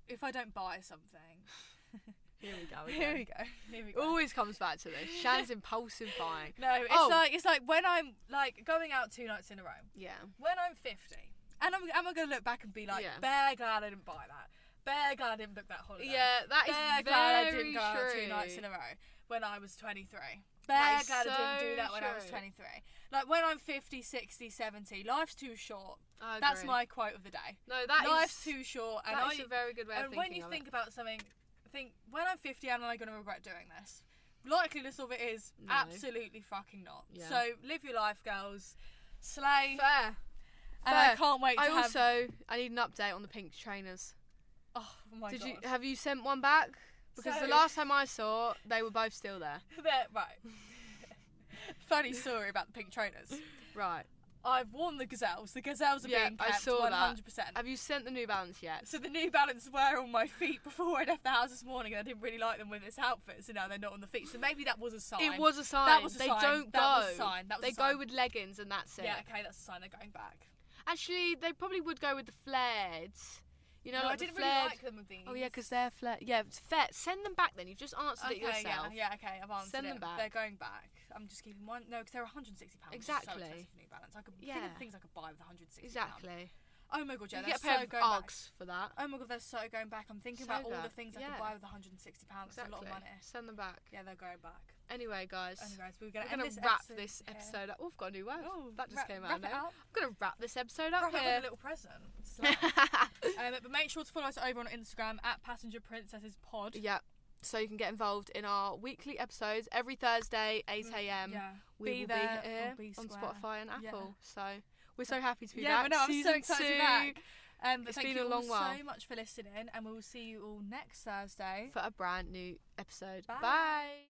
Speaker 1: if I don't buy something.
Speaker 2: Here we go.
Speaker 1: Here we go. Here we go.
Speaker 2: Always comes back to this. Shan's impulsive buying.
Speaker 1: no, it's
Speaker 2: Oh.
Speaker 1: like it's like when I'm like going out two nights in a row.
Speaker 2: Yeah.
Speaker 1: When I'm fifty, and I'm am I gonna look back and be like,
Speaker 2: Yeah.
Speaker 1: bare glad I didn't buy that. Bare glad I didn't book that holiday.
Speaker 2: Yeah, that is
Speaker 1: Bare glad I
Speaker 2: very
Speaker 1: didn't go out
Speaker 2: true.
Speaker 1: two nights in a row when I was twenty three. Bare
Speaker 2: That is
Speaker 1: glad I
Speaker 2: so
Speaker 1: didn't do that when I was
Speaker 2: true.
Speaker 1: 23. Like when I'm 50, 60, 70, life's too short.
Speaker 2: I
Speaker 1: That's
Speaker 2: agree.
Speaker 1: my quote of the day.
Speaker 2: No, that is-
Speaker 1: life's too short. And
Speaker 2: That's
Speaker 1: I,
Speaker 2: a very good way of
Speaker 1: and
Speaker 2: thinking
Speaker 1: when you
Speaker 2: of
Speaker 1: think
Speaker 2: it.
Speaker 1: about something, think when I'm 50, am I going to regret doing this? Likeliness of it is
Speaker 2: No.
Speaker 1: absolutely fucking not.
Speaker 2: Yeah.
Speaker 1: So live your life, girls. Slay,
Speaker 2: Fair.
Speaker 1: and I
Speaker 2: fair.
Speaker 1: can't wait to
Speaker 2: I
Speaker 1: have.
Speaker 2: also I need an update on the pink trainers.
Speaker 1: oh my
Speaker 2: Did
Speaker 1: god!
Speaker 2: you have you sent one back? Because the
Speaker 1: So-
Speaker 2: last time I saw, they were both still there.
Speaker 1: There- right. Funny story about the pink trainers.
Speaker 2: Right.
Speaker 1: I've worn the gazelles. The gazelles are
Speaker 2: Yeah,
Speaker 1: being
Speaker 2: I
Speaker 1: kept
Speaker 2: saw that. Um,
Speaker 1: 100%.
Speaker 2: Have you sent the New Balance yet?
Speaker 1: So the New Balance were on my feet before I left the house this morning, and I didn't really like them with this outfit. So now they're not on the feet. So maybe that was a sign.
Speaker 2: It was a sign.
Speaker 1: was a
Speaker 2: they
Speaker 1: sign.
Speaker 2: don't
Speaker 1: That
Speaker 2: go.
Speaker 1: was a sign. That was
Speaker 2: they
Speaker 1: a sign.
Speaker 2: go with leggings and that's it.
Speaker 1: Yeah, okay, that's a sign they're going back.
Speaker 2: Actually, they probably would go with the flared. You know,
Speaker 1: No,
Speaker 2: like
Speaker 1: I didn't
Speaker 2: the
Speaker 1: really
Speaker 2: flared.
Speaker 1: like them with these.
Speaker 2: Oh yeah, because they're flared. Yeah, it's fair. Send them back then. You've just answered
Speaker 1: Okay,
Speaker 2: it yourself.
Speaker 1: yeah, yeah, okay. I've answered
Speaker 2: Send
Speaker 1: it.
Speaker 2: them back.
Speaker 1: They're going back. I'm just keeping one. No, because they're 160 pounds. So
Speaker 2: Exactly.
Speaker 1: expensive for New Balance. I could think
Speaker 2: Yeah.
Speaker 1: of things I could buy with 160.
Speaker 2: Exactly.
Speaker 1: Oh my god, yeah,
Speaker 2: you
Speaker 1: they're
Speaker 2: get a pair
Speaker 1: so
Speaker 2: of
Speaker 1: going back.
Speaker 2: Uggs for that.
Speaker 1: Oh my god, they're so going back. I'm thinking
Speaker 2: So
Speaker 1: about all the
Speaker 2: good.
Speaker 1: things I
Speaker 2: Yeah.
Speaker 1: could buy with 160 pounds.
Speaker 2: Exactly.
Speaker 1: That's a lot of money.
Speaker 2: Send them back.
Speaker 1: Yeah, they're going back.
Speaker 2: Anyway, guys,
Speaker 1: Anyways, we are
Speaker 2: we're
Speaker 1: gonna
Speaker 2: gonna
Speaker 1: end this
Speaker 2: wrap
Speaker 1: episode
Speaker 2: this
Speaker 1: here.
Speaker 2: episode up. Oh, I've got a new word.
Speaker 1: Oh,
Speaker 2: that just
Speaker 1: wrap-
Speaker 2: came out.
Speaker 1: wrap
Speaker 2: now.
Speaker 1: it up.
Speaker 2: I'm gonna wrap this episode
Speaker 1: Wrap
Speaker 2: up
Speaker 1: it up with
Speaker 2: here.
Speaker 1: a little present. Slay. um, but make sure to follow us over on Instagram at Passenger Princesses Pod.
Speaker 2: yeah. So you can get involved in our weekly episodes every Thursday, 8 a.m.
Speaker 1: Mm, yeah.
Speaker 2: we
Speaker 1: Be
Speaker 2: will
Speaker 1: there
Speaker 2: be
Speaker 1: or
Speaker 2: here
Speaker 1: be
Speaker 2: on
Speaker 1: square.
Speaker 2: Spotify and
Speaker 1: Yeah.
Speaker 2: Apple. So we're so happy to be
Speaker 1: Yeah,
Speaker 2: back.
Speaker 1: but no, I'm so
Speaker 2: Season
Speaker 1: excited to be
Speaker 2: two.
Speaker 1: back. Um, but
Speaker 2: It's
Speaker 1: thank
Speaker 2: been
Speaker 1: you
Speaker 2: a long
Speaker 1: all
Speaker 2: while.
Speaker 1: so much for listening, and we will see you all next Thursday.
Speaker 2: for a brand new episode.
Speaker 1: Bye.
Speaker 2: Bye.